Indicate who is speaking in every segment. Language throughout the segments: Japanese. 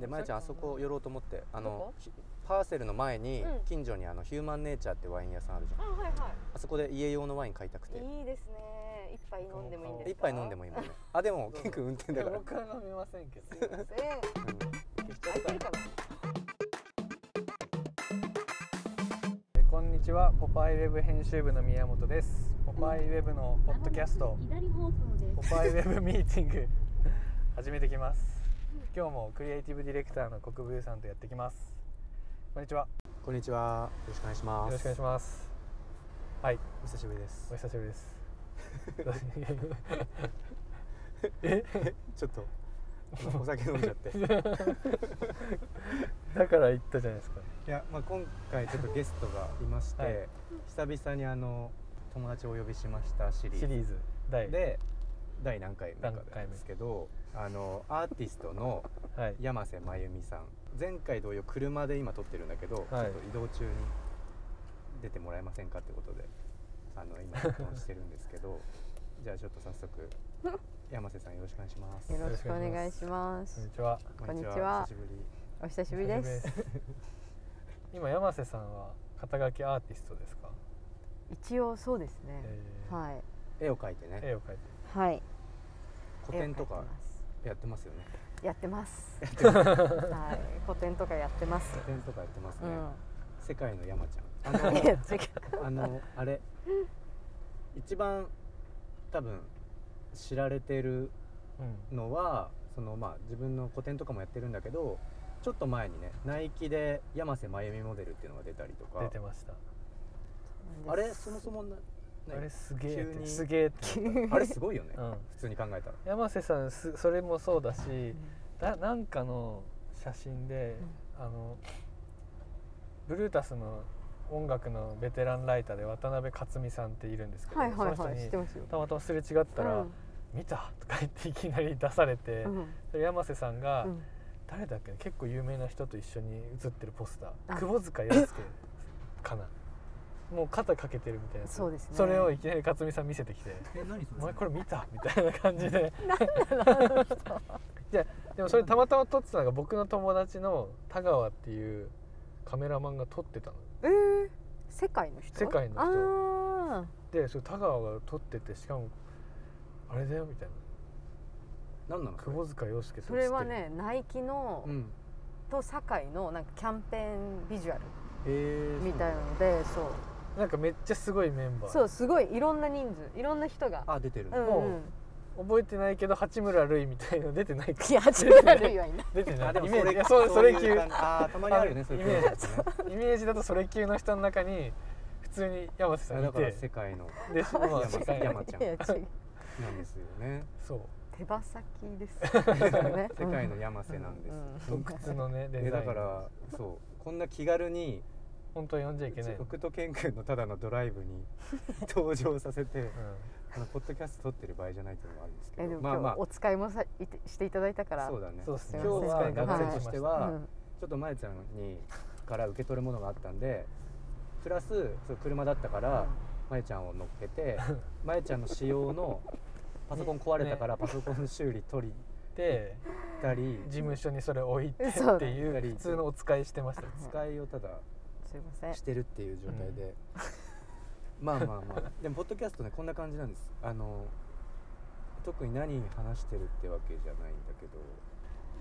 Speaker 1: でまやちゃんあそこ寄ろうと思ってあ
Speaker 2: どこ
Speaker 1: のひパーセルの前に
Speaker 2: うん
Speaker 1: 近所にあのヒューマンネイチャーってワイン屋さんあるじゃん
Speaker 2: あはいは
Speaker 1: あそこで家用のワイン買いたくて
Speaker 2: いいいですね一杯飲んでもいいんですか
Speaker 1: 一杯飲んでもいいもんねあでもケン君運転
Speaker 3: い
Speaker 1: だ
Speaker 3: や
Speaker 1: から
Speaker 3: 僕は飲みませんけど
Speaker 2: すいません空いてるかな
Speaker 3: えこんにちはポパイウェブ編集部の宮本ですポパイウェブのポッドキャスト
Speaker 4: 左方向です
Speaker 3: ポパイウェブミーティング始めてきます今日もクリエイティブディレクターの国分さんとやってきますこんにちは
Speaker 1: こんにちはよろしくお願いし
Speaker 3: よ
Speaker 1: ま
Speaker 3: ろしくお
Speaker 1: す
Speaker 3: 願いしますはい
Speaker 1: お久しぶりです
Speaker 3: お久しぶりです
Speaker 1: ちょっとお酒飲んじゃって い
Speaker 3: だから言ったじゃないですか
Speaker 1: や、まあ、今回ちょっとゲストがいまして、
Speaker 3: はい
Speaker 1: 久々にあの友達をお呼びしましたシリー
Speaker 3: シ
Speaker 1: ズ
Speaker 3: リーズ第
Speaker 1: で第何回目か
Speaker 3: 何
Speaker 1: な
Speaker 3: 回
Speaker 1: ん
Speaker 3: 目
Speaker 1: ですけどあのアーティストの
Speaker 3: はい
Speaker 1: 山瀬真由美さん前回同様車で今撮ってるんだけど、
Speaker 3: はい
Speaker 1: ちょっと移動中に出てもらえませんかってことであの今録音してるんですけ どじゃあちょっと早速山瀬さんよろしくお願いします
Speaker 2: よろしくお願いしま
Speaker 3: こん
Speaker 2: す
Speaker 3: にちは
Speaker 1: こ
Speaker 2: こんにちは
Speaker 1: 久しぶり
Speaker 2: お久しぶりです
Speaker 3: 久しぶりです今山瀬さんは肩書きアーティストですか、
Speaker 2: 一応そうですね、
Speaker 3: えー
Speaker 2: はい
Speaker 1: 絵を描いてね
Speaker 3: 絵を描いて
Speaker 2: はい
Speaker 1: 古典と
Speaker 2: 絵を
Speaker 1: か
Speaker 2: 描いてます
Speaker 1: やってますよね
Speaker 2: やってますはい古典とかやってます
Speaker 1: 古典とかやってます
Speaker 2: う
Speaker 1: ね、
Speaker 2: ん
Speaker 1: 世界の山ちゃん
Speaker 2: いや 違う
Speaker 1: あのあのあ れ一番多分知られてる
Speaker 3: うん
Speaker 1: のはそのまあ自分の個展とかもやってるんだけどちょっと前にねナイキで山瀬真由美モデルっていうのが出たりとか
Speaker 3: 出てました
Speaker 1: あれそもそもな
Speaker 3: あれすげえっ
Speaker 1: 急
Speaker 3: て
Speaker 1: に
Speaker 3: すげえって
Speaker 1: ねあれすごいよね、
Speaker 3: うん
Speaker 1: 普通に考えたら
Speaker 3: 山瀬さんすそれもそうだしだなんかの写真で、あのブルータスの音楽のベテランライターで渡辺克美さんっているんですけど、
Speaker 2: はいはい
Speaker 3: その
Speaker 2: はい知って
Speaker 3: 人に
Speaker 2: ますよ
Speaker 3: たまたますれ違ったら「
Speaker 2: うん
Speaker 3: 見た!」とか言っていきなり出されて、
Speaker 2: うん
Speaker 3: それ山瀬さんが、
Speaker 2: うん
Speaker 3: 誰だっけな結構有名な人と一緒に写ってるポスタ
Speaker 2: あ
Speaker 3: ー窪塚洋介かなもう肩かけてるみたいなやつ
Speaker 2: そうですね
Speaker 3: それをいきなり克美さん見せてきて
Speaker 1: え何
Speaker 3: 「お前これ見た?」みたいな感じでじゃ でもそれたまたま撮ってたのが僕の友達の田川っていうカメラマンが撮ってたの
Speaker 2: えー、世界の人
Speaker 3: 世界の人
Speaker 2: 人あ
Speaker 3: でそれ田川が撮っててしかも「あれだよ」みたいな
Speaker 1: 何なの
Speaker 3: 「
Speaker 1: それ
Speaker 3: 窪塚洋介
Speaker 2: ー
Speaker 3: と
Speaker 2: それはねナイキの
Speaker 1: うん
Speaker 2: と堺のなんかキャンペーンビジュアル
Speaker 1: えー、
Speaker 2: みたい
Speaker 1: そうだ
Speaker 2: なんのでそう
Speaker 3: なんかめっちゃすごいメンバー
Speaker 2: そうすごいいろんな人数いろんな人が
Speaker 1: あ出てるん
Speaker 2: う
Speaker 1: だ
Speaker 2: んうん
Speaker 3: 覚えてないけど八村塁みたいなの出てないか
Speaker 2: いや八村塁はいない
Speaker 3: 出てない
Speaker 1: あでも
Speaker 3: イ
Speaker 1: そ
Speaker 3: メージい
Speaker 1: れ
Speaker 3: やそうそれ
Speaker 1: いう
Speaker 3: 級
Speaker 1: 感じあーたまにあるよねそういう
Speaker 3: イメー
Speaker 1: ジ、ね、
Speaker 3: イメージだとそれ級の人の中に普通に山瀬さ
Speaker 1: あ
Speaker 3: んい
Speaker 1: だから
Speaker 3: て
Speaker 1: 世界の
Speaker 3: でその
Speaker 1: 山瀬山ちゃん
Speaker 2: いや違う
Speaker 1: なんですよね
Speaker 3: そう
Speaker 2: 手羽先ですよね
Speaker 1: 世界の山瀬なんです、
Speaker 2: うん
Speaker 3: 洞窟のねデザイ
Speaker 1: え
Speaker 3: ン
Speaker 1: だからそうこんな気軽に
Speaker 3: 本当は呼んじゃいけない、うん、
Speaker 1: 僕とケン君のただのドライブに登場させてあのポッドキャスト撮ってる場合じゃないっていうのもあるんですけ
Speaker 2: えで
Speaker 1: ど
Speaker 2: も
Speaker 1: まあま
Speaker 2: 今日お
Speaker 1: あ
Speaker 2: 使いもさいてしていただいたから
Speaker 1: そうだね
Speaker 3: そうっす
Speaker 2: ね
Speaker 1: 今日は
Speaker 2: すいません
Speaker 1: 学生としては、
Speaker 2: うん
Speaker 1: ちょっとまえちゃんにから受け取るものがあったんでプラスそう車だったからまえちゃんを乗っけて まえちゃんの仕様のパソコン壊れたからパソコン修理取り
Speaker 3: で
Speaker 1: 行った り
Speaker 3: 事務所にそれ置いて って
Speaker 2: そう
Speaker 3: いう普通のお使いしてました
Speaker 1: 使いをただ
Speaker 2: すいません
Speaker 1: してるっていう状態で、まあまあまあでもポッドキャストねこんな感じなんですあの特に何話してるってわけじゃないんだけど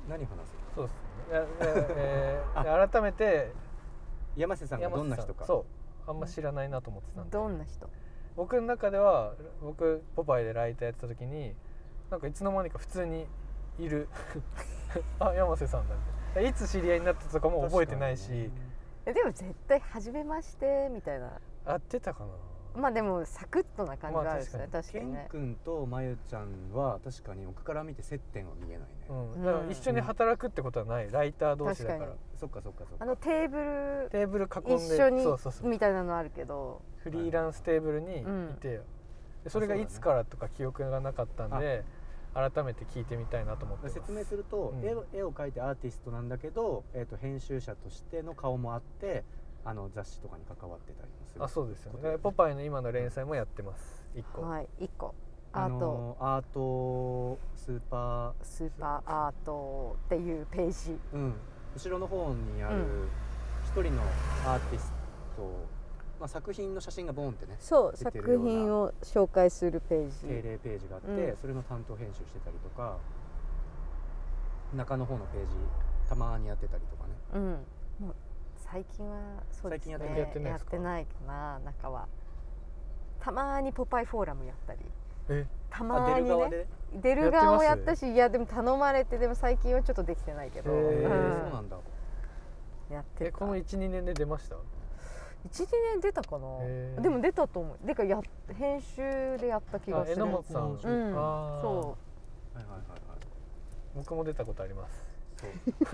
Speaker 1: 何話すの
Speaker 3: そうですねいやいやえ ー改めて
Speaker 1: 山瀬さんがどんな人か
Speaker 3: そうあんま知らないなと思ってたんで
Speaker 2: どんな人
Speaker 3: 僕の中では僕ポパイでライターやってた時になんかいつの間にか普通にいる あ山瀬さんだっていつ知り合いになったとかも覚えてないし、
Speaker 1: 確かにね
Speaker 2: えでも絶対初めましてみたいな
Speaker 3: 合ってたかな、
Speaker 2: まあでもサクッとな感じがあるですね、
Speaker 3: ま
Speaker 2: 確か
Speaker 1: ケ
Speaker 2: に
Speaker 1: ン
Speaker 2: ね
Speaker 1: 君とまゆちゃんは確かに僕から見て接点は見えないね、
Speaker 3: うん、だから一緒に働くってことはないライター同士だから
Speaker 2: 確
Speaker 1: そっかそっかそっ
Speaker 2: あ
Speaker 1: か
Speaker 2: のテーブル
Speaker 3: テーブル囲んで
Speaker 2: 一緒に
Speaker 3: そうそうそう
Speaker 2: みたいなのあるけど
Speaker 3: フリーランステーブルにいて、でそれがいつからとか記憶がなかったんで、改めて聞いてみたいなと思ってます
Speaker 1: 説明すると、
Speaker 3: うん
Speaker 1: 絵を絵を描いてアーティストなんだけど、えー、と編集者としての顔もあってあの雑誌とかに関わってたりもする
Speaker 3: あそうですよね
Speaker 1: こと
Speaker 3: だか
Speaker 1: だ
Speaker 3: ら
Speaker 1: よね
Speaker 3: ポパイの今の連載もやってます一個、
Speaker 2: はい一個
Speaker 1: あ
Speaker 5: アート
Speaker 1: のアートスーパー、
Speaker 5: スーパーアートっていうページ
Speaker 1: うん、後ろの方にあ
Speaker 5: う
Speaker 1: る
Speaker 5: ん
Speaker 1: 一人のアーティスト、まあ、作品の写真がボンってね
Speaker 2: そう
Speaker 1: 出て
Speaker 2: 作
Speaker 1: るような
Speaker 2: 品を紹介するペー
Speaker 1: 定
Speaker 2: ジ
Speaker 1: 例ページがあって、
Speaker 2: うん
Speaker 1: それの担当編集してたりとか中の方のページたまにやってたりとかね
Speaker 2: うん
Speaker 5: もう最近はそうですね
Speaker 1: 最近やって
Speaker 3: やってないですか
Speaker 5: やってないかな中はたまにポパイフォーラムやったり
Speaker 3: え
Speaker 5: た
Speaker 1: あ
Speaker 5: ま
Speaker 1: 出
Speaker 5: に
Speaker 1: る側
Speaker 5: ね
Speaker 1: で、
Speaker 2: 出る側もやったしいやでも頼まれてでも最近はちょっとできてないけど、
Speaker 3: へ
Speaker 1: え
Speaker 3: ー
Speaker 1: ー
Speaker 5: うん
Speaker 1: そうなんだ
Speaker 5: やって
Speaker 3: え
Speaker 5: た
Speaker 3: この12年で出ました
Speaker 2: 12年出たかな
Speaker 3: へー
Speaker 2: でも出たと思うでかやっ編集でやった気が
Speaker 3: あ
Speaker 2: する
Speaker 3: 榎本さん、
Speaker 2: うん
Speaker 3: あー
Speaker 2: そ
Speaker 1: はいはいはいはい
Speaker 3: 僕も出たことあります
Speaker 1: そ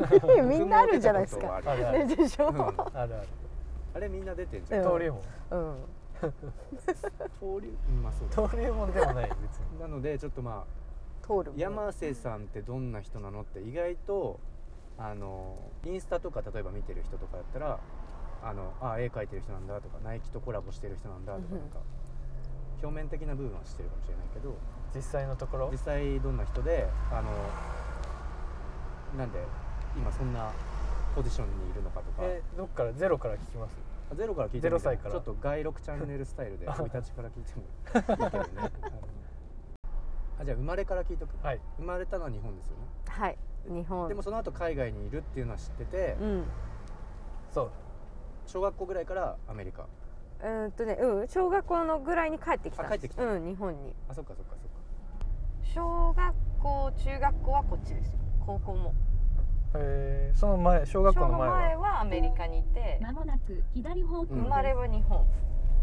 Speaker 1: う
Speaker 2: う みんなあるじゃないですか
Speaker 1: 僕も出たことは
Speaker 3: あ
Speaker 1: あ
Speaker 3: る
Speaker 1: る
Speaker 2: ねでしょ、
Speaker 1: うん
Speaker 3: あるある
Speaker 1: あれみんな出てんじゃん、
Speaker 2: うん
Speaker 3: 登竜門
Speaker 2: うん
Speaker 1: 登竜うんまあそうだ
Speaker 3: 登竜門ではない別に
Speaker 1: なのでちょっとまあ
Speaker 2: 通るもん
Speaker 1: 山瀬さんってどんな人なのって意外とあのインスタとか例えば見てる人とかだったらあのあ絵描いてる人なんだとかナイキとコラボしてる人なんだとかなんか表面的な部分は知ってるかもしれないけど
Speaker 3: 実際のところ
Speaker 1: 実際どんな人であのなんで今そんなポジションにいるのかとか、
Speaker 3: えどっからゼロから聞きます
Speaker 1: ゼロから聞いてもいい
Speaker 3: ゼロ歳から
Speaker 1: ちょっと外録チャンネルスタイルで 生い立ちから聞いてもいいけどねあのあじゃあ生まれから聞いとく
Speaker 3: はい
Speaker 1: 生まれたのは日本ですよね
Speaker 5: はい日本
Speaker 1: でもその後海外にいるっていうのは知ってて、
Speaker 2: うん
Speaker 3: そう
Speaker 1: 小学校ぐらいからアメリカ
Speaker 2: うーんとねうん小学校のぐらいに帰ってきたん
Speaker 1: あ
Speaker 2: です
Speaker 1: 帰ってきた
Speaker 2: うん日本に
Speaker 1: あそっかそっかそっか
Speaker 2: 小学校中学校はこっちですよ高校も
Speaker 3: えー、その前小学校の前は
Speaker 2: はアメリカにいて
Speaker 6: まもなく左方向
Speaker 1: うん
Speaker 2: 生まれは日本、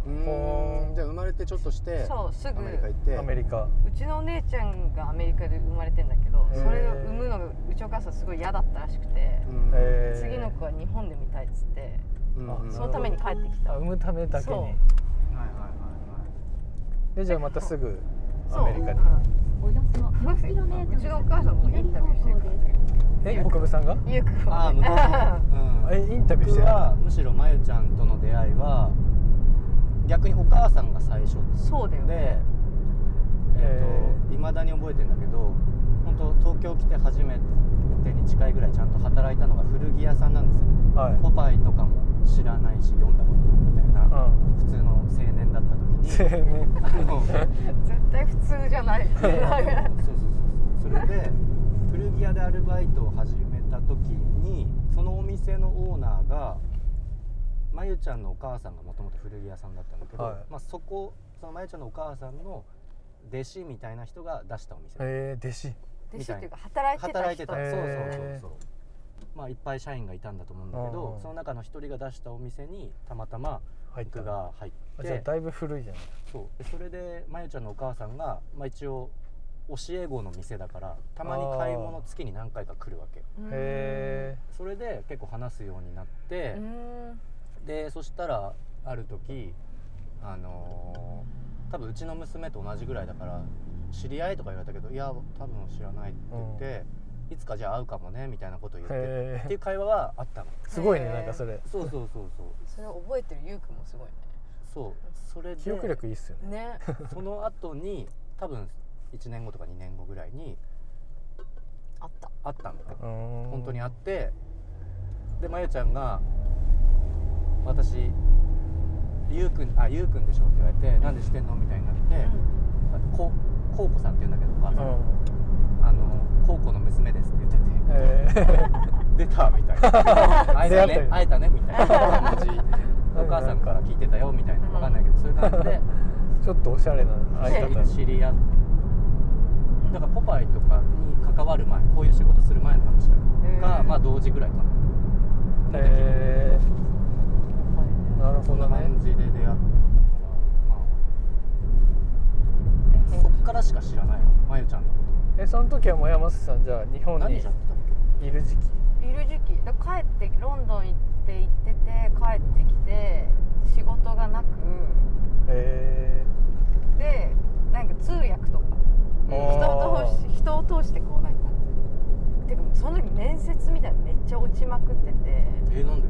Speaker 1: うーんじゃあ生まれてちょっとして
Speaker 2: そうす
Speaker 1: ア
Speaker 2: ぐ
Speaker 1: メリカ行って
Speaker 3: アメリカ
Speaker 2: うちのお姉ちゃんがアメリカで生まれてんだけど
Speaker 3: へー
Speaker 2: それを産むのがうちお母さんすごい嫌だったらしくて
Speaker 1: うん
Speaker 3: えー
Speaker 2: 次の子は日本で見たいっつって
Speaker 1: うんうん
Speaker 3: あ
Speaker 2: そのために帰ってきた
Speaker 3: あ産むためだけ
Speaker 2: そ
Speaker 3: に
Speaker 1: はいはいはいはい
Speaker 3: でじゃあまたすぐ
Speaker 2: そう
Speaker 3: アメリカに
Speaker 6: およそ 4km
Speaker 2: うちのお母さんもインタビューしてくれてる
Speaker 3: え国分さんが
Speaker 2: ゆうくん
Speaker 1: あ
Speaker 2: は
Speaker 1: あ
Speaker 2: ね
Speaker 1: 向こう
Speaker 3: え
Speaker 1: ね、
Speaker 3: インタ
Speaker 1: うん、
Speaker 3: ビューし
Speaker 1: 僕
Speaker 3: て
Speaker 1: はむしろまゆちゃんとの出会いは逆にお母さんが最初
Speaker 2: そうだよ
Speaker 1: で
Speaker 2: ね、
Speaker 1: え
Speaker 3: へ
Speaker 1: ー、と未だに覚えてんだけど本当東京来て初めてに近いぐらいちゃんと働いたのが古着屋さんなんですよ
Speaker 3: はい、
Speaker 1: ポパイとかも知らないし読んだことないみたいな
Speaker 3: う
Speaker 1: 普通の青年だった時
Speaker 3: ん、 青
Speaker 1: に
Speaker 3: 年
Speaker 1: あのそう
Speaker 2: 絶対普通じゃ ない
Speaker 1: そうそうそうそれで古着屋でアルバイトを始めた時にそのお店のオーナーがまゆちゃんのお母さんがもともと古着屋さんだったんだけど、
Speaker 3: はい
Speaker 1: まあ、そこそのまゆちゃんのお母さんの弟子みたいな人が出したお店
Speaker 3: えー、弟子
Speaker 2: 弟子っていうか働いてた人
Speaker 1: 働いてた、
Speaker 3: へ
Speaker 1: そう
Speaker 3: ー
Speaker 1: そうそうそうまあいっぱい社員がいたんだと思うんだけ
Speaker 3: うん
Speaker 1: ど
Speaker 3: うん
Speaker 1: その中の一人が出したお店にたまたま
Speaker 3: 入った
Speaker 1: 僕が入
Speaker 3: あ
Speaker 1: っ
Speaker 3: じゃあ
Speaker 1: て
Speaker 3: だいぶ古いじゃない
Speaker 1: そうでそれでまゆちゃんのお母さんが、まあ、一応教え子の店だからたまに買い物月に何回か来るわけ
Speaker 2: うん
Speaker 3: へ
Speaker 1: それで結構話すようになって
Speaker 2: う、ん
Speaker 1: でそしたらある時あのー多分うちの娘と同じぐらいだから知り合いとか言われたけど「いや多分知らない」って言って、いつかじゃあ会うかもねみたいなこと言
Speaker 3: ー
Speaker 1: ってっ
Speaker 3: へ
Speaker 1: てい
Speaker 3: ー
Speaker 1: う会話はあったの
Speaker 3: すごいね
Speaker 2: へー
Speaker 3: なんかそれ
Speaker 1: そうそうそうそう
Speaker 2: それを覚えてるゆうくんもすごい
Speaker 1: そうそれで
Speaker 3: 記憶力いいっすよね
Speaker 2: ねね
Speaker 1: その後に多分1年後とか2年後ぐらいに
Speaker 2: あった
Speaker 1: 会ったの
Speaker 3: うーん
Speaker 1: 本当に会ってでまゆちゃんが「私ゆうくんあゆうくんでしょ」って言われて「なんでしてんの?」みたいになって「ここうこさん」って言うんだけどお母
Speaker 3: う
Speaker 1: さん
Speaker 3: ん
Speaker 1: 「あのこうこの娘です」って言ってて
Speaker 3: えー、
Speaker 1: 「出た」みたいな 「会えた
Speaker 3: 出会った
Speaker 1: ね
Speaker 3: よ
Speaker 1: 会えたね」みたいな感 じお母さんから聞いてたよみたいなわかんないけどそういう感じ で。
Speaker 3: ちょっとおしゃれな
Speaker 1: 知
Speaker 3: 相
Speaker 1: り
Speaker 3: 方
Speaker 1: 知り合ってだからポパイとかに関わる前こういう仕事する前の話だ
Speaker 2: うん
Speaker 1: が、まあ同時ぐらいかな
Speaker 3: えー、なる
Speaker 1: そ
Speaker 3: ほ
Speaker 1: んな
Speaker 3: どね
Speaker 1: 感じで出会ったから、まあ、そっからしか知らないのまゆちゃんのこ
Speaker 3: えその時はもう山瀬さんじゃあ日
Speaker 1: と
Speaker 3: 本に
Speaker 1: 何
Speaker 3: い
Speaker 1: じゃってたっ
Speaker 3: る時期
Speaker 2: いる時期だから帰ってロンドン行って行ってて帰ってきて仕事がなく
Speaker 3: え
Speaker 2: でなんか通訳とか
Speaker 1: け
Speaker 3: あ
Speaker 2: 人
Speaker 3: ー
Speaker 2: を通し人を通してこうなんかてかその時面接みたいなのめっちゃ落ちまくってて
Speaker 1: えー、なんで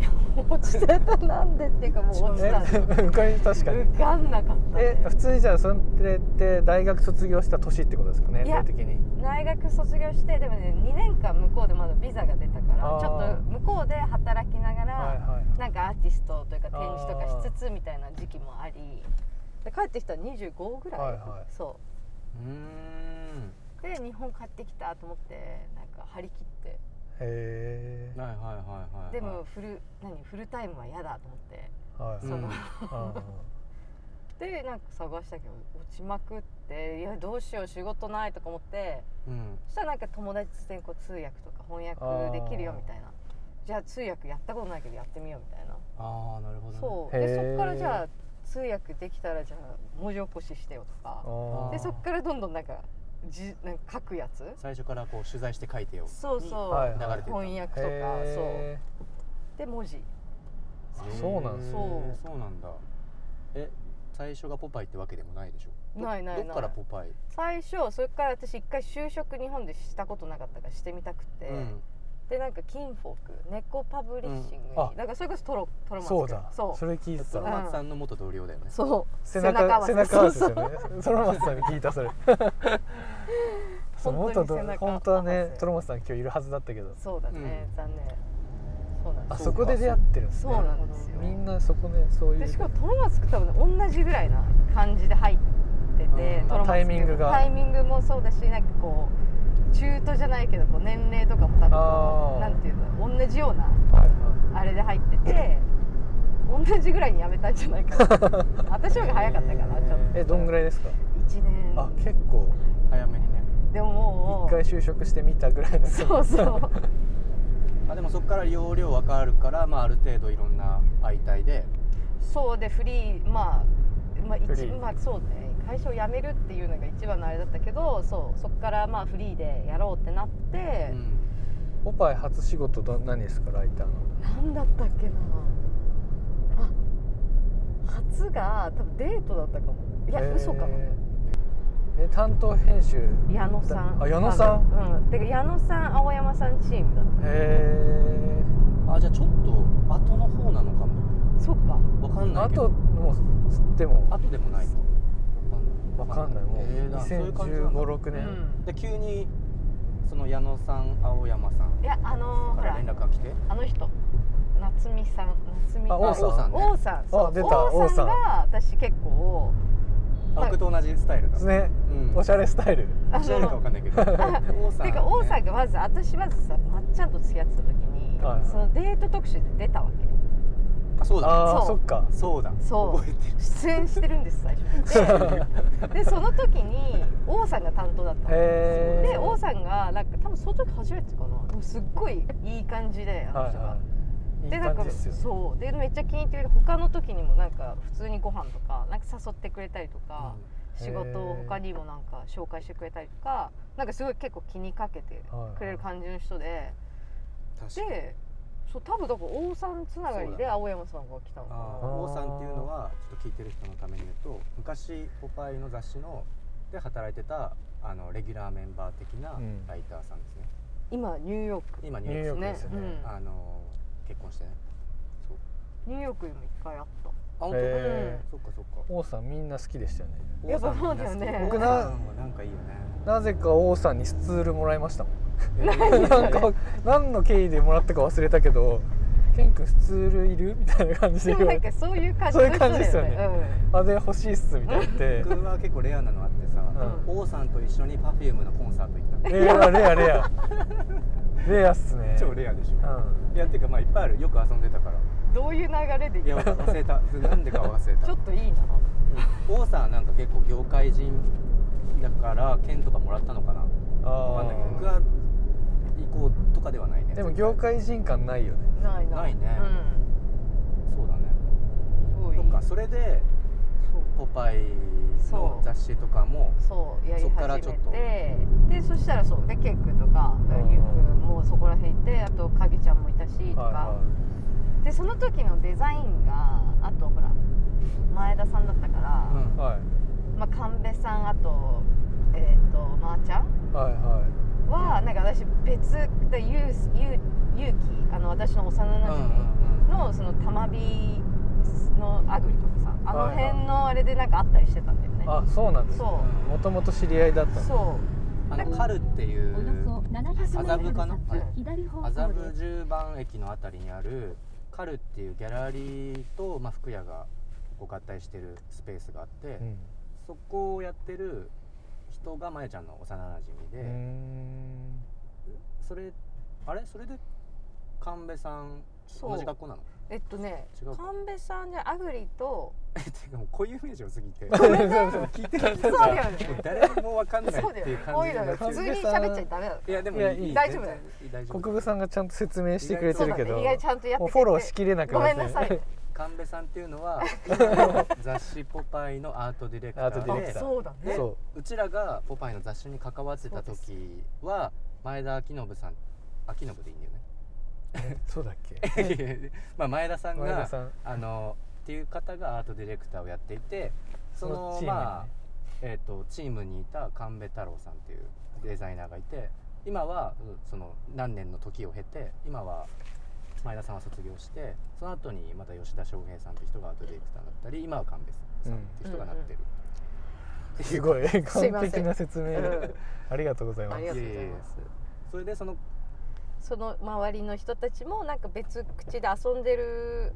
Speaker 2: いや
Speaker 5: 落ちてたなんでっていうかもう落ちたんで
Speaker 3: え これ確かに
Speaker 2: 受かんなかった、
Speaker 3: え
Speaker 2: ね、
Speaker 3: 普通にじゃあそれって大学卒業した年ってことですかね
Speaker 2: い
Speaker 3: 年
Speaker 2: や
Speaker 3: 齢的に
Speaker 2: 大学卒業してでもね2年間向こうでまだビザが出たから
Speaker 3: あー
Speaker 2: ちょっと向こうで働きながら、
Speaker 3: はいはい
Speaker 2: なんかアーティストというか
Speaker 3: あ
Speaker 2: 展
Speaker 3: ー
Speaker 2: 示とかしつつみたいな時期もありで帰ってきたら25ぐらい、
Speaker 3: はいは
Speaker 2: そう
Speaker 1: ーん
Speaker 2: うで日本帰ってきたと思ってなんか張り切って
Speaker 3: へえ
Speaker 1: はいはいはいはいはい
Speaker 2: でもフル何フルタイムは嫌だと思って
Speaker 3: はい
Speaker 1: うん
Speaker 3: あ
Speaker 2: でなんか探したけど落ちまくっていやどうしよう仕事ないとか思って
Speaker 1: うん
Speaker 2: そしたらなんか友達とこう通訳とか翻訳できるよみたいなじゃあ通訳やったことないけどやってみようみたいな
Speaker 1: ああなるほどね
Speaker 2: そう
Speaker 3: へ
Speaker 2: で
Speaker 3: ー
Speaker 2: そっからじゃあ通訳できたらじゃあ文字起こししてよとか
Speaker 3: ー
Speaker 1: あ
Speaker 2: でそっからどんどんなんかじなんか書くやつ
Speaker 1: 最初からこう取材して書いてよ
Speaker 2: そうそう、
Speaker 3: はいはい
Speaker 1: 流れてった
Speaker 2: 翻訳とかそう
Speaker 3: へ
Speaker 2: で文字
Speaker 1: へー
Speaker 3: そうなんです
Speaker 2: そう
Speaker 1: そうなんだえ最初がポパイってわけでもないでしょど
Speaker 2: ないないない
Speaker 1: どっからポパイ
Speaker 2: 最初それから私一回就職日本でしたことなかったからしてみたくて、
Speaker 1: うん
Speaker 2: でなんかキンフォーク猫パブリッシングに、
Speaker 3: うんあ
Speaker 2: だからそれこそトロトロマ
Speaker 3: ー
Speaker 2: ツ
Speaker 3: そうだ
Speaker 2: そう
Speaker 3: それ聞いて
Speaker 1: トロ
Speaker 3: た
Speaker 1: マツさんの元同僚だよね
Speaker 2: そう
Speaker 3: 背中背
Speaker 2: 背
Speaker 3: 中
Speaker 2: 中合
Speaker 3: 合わ
Speaker 2: わせ
Speaker 3: せですよねトロマツさんに聞いた それそう
Speaker 2: 本当に背中合わせ
Speaker 3: 本当はねトロマツさん今日いるはずだったけど
Speaker 2: そうだね、
Speaker 1: うん
Speaker 2: 残念そうなん
Speaker 3: あ
Speaker 2: です
Speaker 3: そこで出会ってるんです
Speaker 2: そう
Speaker 3: ね
Speaker 2: なんですよ
Speaker 3: みんなそこねそうい
Speaker 2: で
Speaker 3: う
Speaker 2: しかもトロマツ君多分ね同じぐらいな感じで入ってて、
Speaker 1: うん
Speaker 2: トロマツ君
Speaker 3: タイミングが
Speaker 2: タイミングもそうだしなんかこう中途じゃないけどこう年齢とかも多
Speaker 3: あー
Speaker 2: 分なんていうの同じような
Speaker 3: はい
Speaker 2: あれで入って て同じぐらいに辞めたんじゃないかな私より早かったかなちょっと
Speaker 3: えどんぐらいですか
Speaker 2: 1年
Speaker 3: あ結構
Speaker 1: 早めにね
Speaker 2: でもも
Speaker 3: 一
Speaker 2: う
Speaker 3: 回就職してみたぐらいの
Speaker 2: そうそう
Speaker 1: あでもそこから容量わかるから、まあ、ある程度いろんな相対で
Speaker 2: そうでフリーまあまあ一
Speaker 3: フリー
Speaker 2: まあそうね会社を辞めるっていうのが一番のあれだったけどそうそこからまあフリーでやろうってなって
Speaker 1: う、ん
Speaker 3: ポパイ初仕事ど何ですかライターの
Speaker 2: なんだったっけなあ初が多分デートだったかもいや
Speaker 3: へー
Speaker 2: 嘘かも
Speaker 3: え担当編集
Speaker 2: 矢野さん
Speaker 3: あ矢野さん
Speaker 2: 多分うんてか矢野さん青山さんチームだっ
Speaker 3: へえ
Speaker 1: あじゃあちょっと後の方なのかも
Speaker 2: たそっか
Speaker 1: わかんない
Speaker 3: あ
Speaker 1: けど
Speaker 3: ともうつっても
Speaker 1: 後でもないの
Speaker 3: わかんないもう
Speaker 1: えーだそういう感じなんだ
Speaker 3: 201516
Speaker 2: う
Speaker 3: 年
Speaker 2: ん
Speaker 1: で急にその矢野さん青山さん
Speaker 2: いやあの
Speaker 1: か
Speaker 2: ー、ほ
Speaker 1: ら
Speaker 2: ら
Speaker 1: 連絡が来て
Speaker 2: あの人夏美さん夏美
Speaker 3: あ王さん
Speaker 1: 王さんね
Speaker 2: 王さんそう
Speaker 3: あ出た
Speaker 2: 王さん
Speaker 3: 王
Speaker 2: が私結構
Speaker 1: あ僕と同じスタイルだ
Speaker 3: ですね
Speaker 1: うん
Speaker 3: おしゃれスタイル
Speaker 2: あ
Speaker 1: おしゃれかわかんないけど王さん
Speaker 2: てか王さ
Speaker 1: ね
Speaker 2: んがまず私まずさまっちゃんと付き合ってた時に、
Speaker 3: はいはい
Speaker 2: そのデート特集で出たわけ
Speaker 1: あそうだ
Speaker 3: ああ
Speaker 2: そ
Speaker 3: そうっか
Speaker 1: そうだ
Speaker 2: そう
Speaker 1: 覚えてる
Speaker 2: 出演してるんです最 初ででその時に王さんが担当だったの
Speaker 3: へえ
Speaker 2: で王さんがなんか多分その時初めてかなでもすっごいいい感じであの
Speaker 3: はい
Speaker 2: 人が
Speaker 3: は。いい い
Speaker 2: でなん
Speaker 3: 感
Speaker 2: か
Speaker 3: じですよね
Speaker 2: そうでめっちゃ気に入ってくれて他の時にもなんか普通にご飯とかなんか誘ってくれたりとか、
Speaker 3: うん
Speaker 2: 仕事を
Speaker 3: へー
Speaker 2: 他にもなんか紹介してくれたりとかなんかすごい結構気にかけてくれる感じの人で、
Speaker 1: 確かに
Speaker 2: でそう多分だから王さんつながり
Speaker 1: そう
Speaker 2: で
Speaker 1: だ
Speaker 2: 青山さんが来たのか
Speaker 1: あー
Speaker 3: あー
Speaker 1: 王さんっていうのはちょっと聞いてる人のために言うと昔「ポパイ」の雑誌ので働いてたあのレギュラーメンバー的な
Speaker 3: うん
Speaker 1: ライターさんですね、
Speaker 2: 今ニューヨーク
Speaker 1: 今ニュ
Speaker 3: ニュー
Speaker 1: ーヨ
Speaker 3: ヨ
Speaker 1: ーク
Speaker 3: ーク
Speaker 2: ね
Speaker 3: ですよね
Speaker 2: うん
Speaker 1: あの結婚してねそう
Speaker 2: ニューヨークにも一回あった
Speaker 1: あ本当、
Speaker 3: へ
Speaker 1: そっかそっか
Speaker 3: 王さんみんな好きでしたよね
Speaker 2: やっぱ
Speaker 1: 王さんみんな好き
Speaker 2: そうだよね
Speaker 1: 王さんはなんかいいよね
Speaker 3: なぜか王さんにスツールもらいましたもん
Speaker 1: え
Speaker 3: なん か何の経緯でもらったか忘れたけどケン君スツールいるみ たいな感じで
Speaker 2: でも
Speaker 3: 言わ
Speaker 2: なん
Speaker 3: れて
Speaker 2: かそういう感じ
Speaker 3: そういう感じですよね
Speaker 2: の人だ
Speaker 3: あで欲しいっすみたいな 言って
Speaker 1: ー僕は結構レアなのあってさ、王さんと一緒に Perfume のコンサート行ったの
Speaker 3: レアレアレアレアっすね
Speaker 1: 超レアでしょ、
Speaker 3: うん
Speaker 1: いやっていうかまあいっぱいあるよく遊んでたから
Speaker 2: うんどういう流れで
Speaker 1: いや忘れたなんでか忘れた
Speaker 2: ちょっといいな
Speaker 1: 王さんはなんか結構業界人だから券とかもらったのかな分かんないけど僕
Speaker 3: あ
Speaker 1: は行こうとかではないね
Speaker 3: ーでも業界人感ないよね
Speaker 2: ないな
Speaker 1: ないねそうだね
Speaker 2: うんすごい
Speaker 1: そっかそれで「ポパイ」の雑誌とかも
Speaker 2: そうそうやり
Speaker 1: そっからち
Speaker 2: 始
Speaker 1: ょっ
Speaker 2: め
Speaker 1: と
Speaker 2: てでそしたらそうでケイ君とかゆうくんもそこら辺いてあとかぎちゃんもいたしとか、でその時のデザインがあとほら前田さんだったから、
Speaker 1: うん
Speaker 3: はい
Speaker 2: まあ、神戸さんあとえっ、とまー、ちゃん
Speaker 3: はいはいはい
Speaker 2: はなんか私ベ別でゆうゆうゆうきあの私の幼なじみのその玉火のアグリとかさあの
Speaker 3: はいはい
Speaker 2: 辺のあれでなんかあったりしてたんだよね、
Speaker 3: あそうなんです
Speaker 2: そ
Speaker 3: もともと知り合いだった
Speaker 2: う
Speaker 3: の
Speaker 2: そ
Speaker 1: あのカルってい
Speaker 6: およそう
Speaker 1: 麻
Speaker 6: 700メ
Speaker 1: 布
Speaker 6: ー
Speaker 1: かな
Speaker 6: トル先左方
Speaker 1: 麻
Speaker 6: 向
Speaker 1: 布
Speaker 6: です。
Speaker 1: 十番駅のあたりにあるカルっていうギャラリーと、まあ、服屋がこう合体してるスペースがあって、
Speaker 3: うん
Speaker 1: そこをやってる人がまやちゃんの幼なじみ
Speaker 3: う
Speaker 1: で、
Speaker 3: ーん
Speaker 1: それあれそれで神戸さん
Speaker 2: そう
Speaker 1: 同じ学校なの
Speaker 2: うえっとね
Speaker 1: 違うか
Speaker 2: 神戸さんじゃアグリと
Speaker 1: えてかもうこういうイメージを過ぎ て
Speaker 3: 聞いてる
Speaker 2: そうだよね
Speaker 1: 誰もわかんない
Speaker 2: そう
Speaker 1: っ
Speaker 2: だ
Speaker 1: て
Speaker 2: よ
Speaker 1: いう
Speaker 2: ね
Speaker 1: 感
Speaker 2: こう
Speaker 1: じ
Speaker 2: いう
Speaker 1: にな
Speaker 2: の
Speaker 1: っちゃう
Speaker 2: 普通に喋っちゃダメだ
Speaker 1: いやでも
Speaker 3: いや
Speaker 1: い
Speaker 3: い
Speaker 1: い
Speaker 3: い
Speaker 2: 大丈夫
Speaker 1: 全然大丈夫
Speaker 3: 国分さんがちゃんと説明してくれ
Speaker 1: そ
Speaker 3: て
Speaker 1: う
Speaker 3: るけど
Speaker 2: そうだね意外とちゃんとやってく
Speaker 3: も
Speaker 2: れ
Speaker 3: う
Speaker 2: て
Speaker 3: フォローしきれなく
Speaker 2: ご
Speaker 3: な
Speaker 2: め
Speaker 3: っ
Speaker 2: ん
Speaker 3: て
Speaker 2: なさい
Speaker 1: 神戸さんっていうの は今の雑誌「ポパイ」のアートディレクタ
Speaker 3: アート
Speaker 1: ー
Speaker 3: ディレ
Speaker 1: で
Speaker 3: クター
Speaker 2: そうだね
Speaker 3: そう
Speaker 1: ちらが「ポパイ」の雑誌に関わってた時は前田明信さん明信でいいんだよ
Speaker 3: うそうだっけ
Speaker 1: ね まあ前田さん
Speaker 3: 前田
Speaker 1: が
Speaker 3: さん
Speaker 1: あのっていう方がアートディレクターをやっていてそ
Speaker 3: その
Speaker 1: の
Speaker 3: チームにね
Speaker 1: まあえー、とチームにいた神戸太郎さんっていうデザイナーがいて今はうんその何年の時を経て今は前田さんは卒業してその後にまた吉田翔平さんって人がアートディレクターだったり今は神戸さんって人がなってる、って
Speaker 3: す
Speaker 1: う
Speaker 3: ごい
Speaker 2: すいませ
Speaker 3: 完
Speaker 2: ん
Speaker 3: 璧な説明
Speaker 2: うん
Speaker 3: ありがとうございま
Speaker 2: あ
Speaker 3: す
Speaker 2: りがとうござい
Speaker 1: いえいえ
Speaker 2: ます
Speaker 1: それでその
Speaker 2: その周りの人たちもなんか別口で遊んでる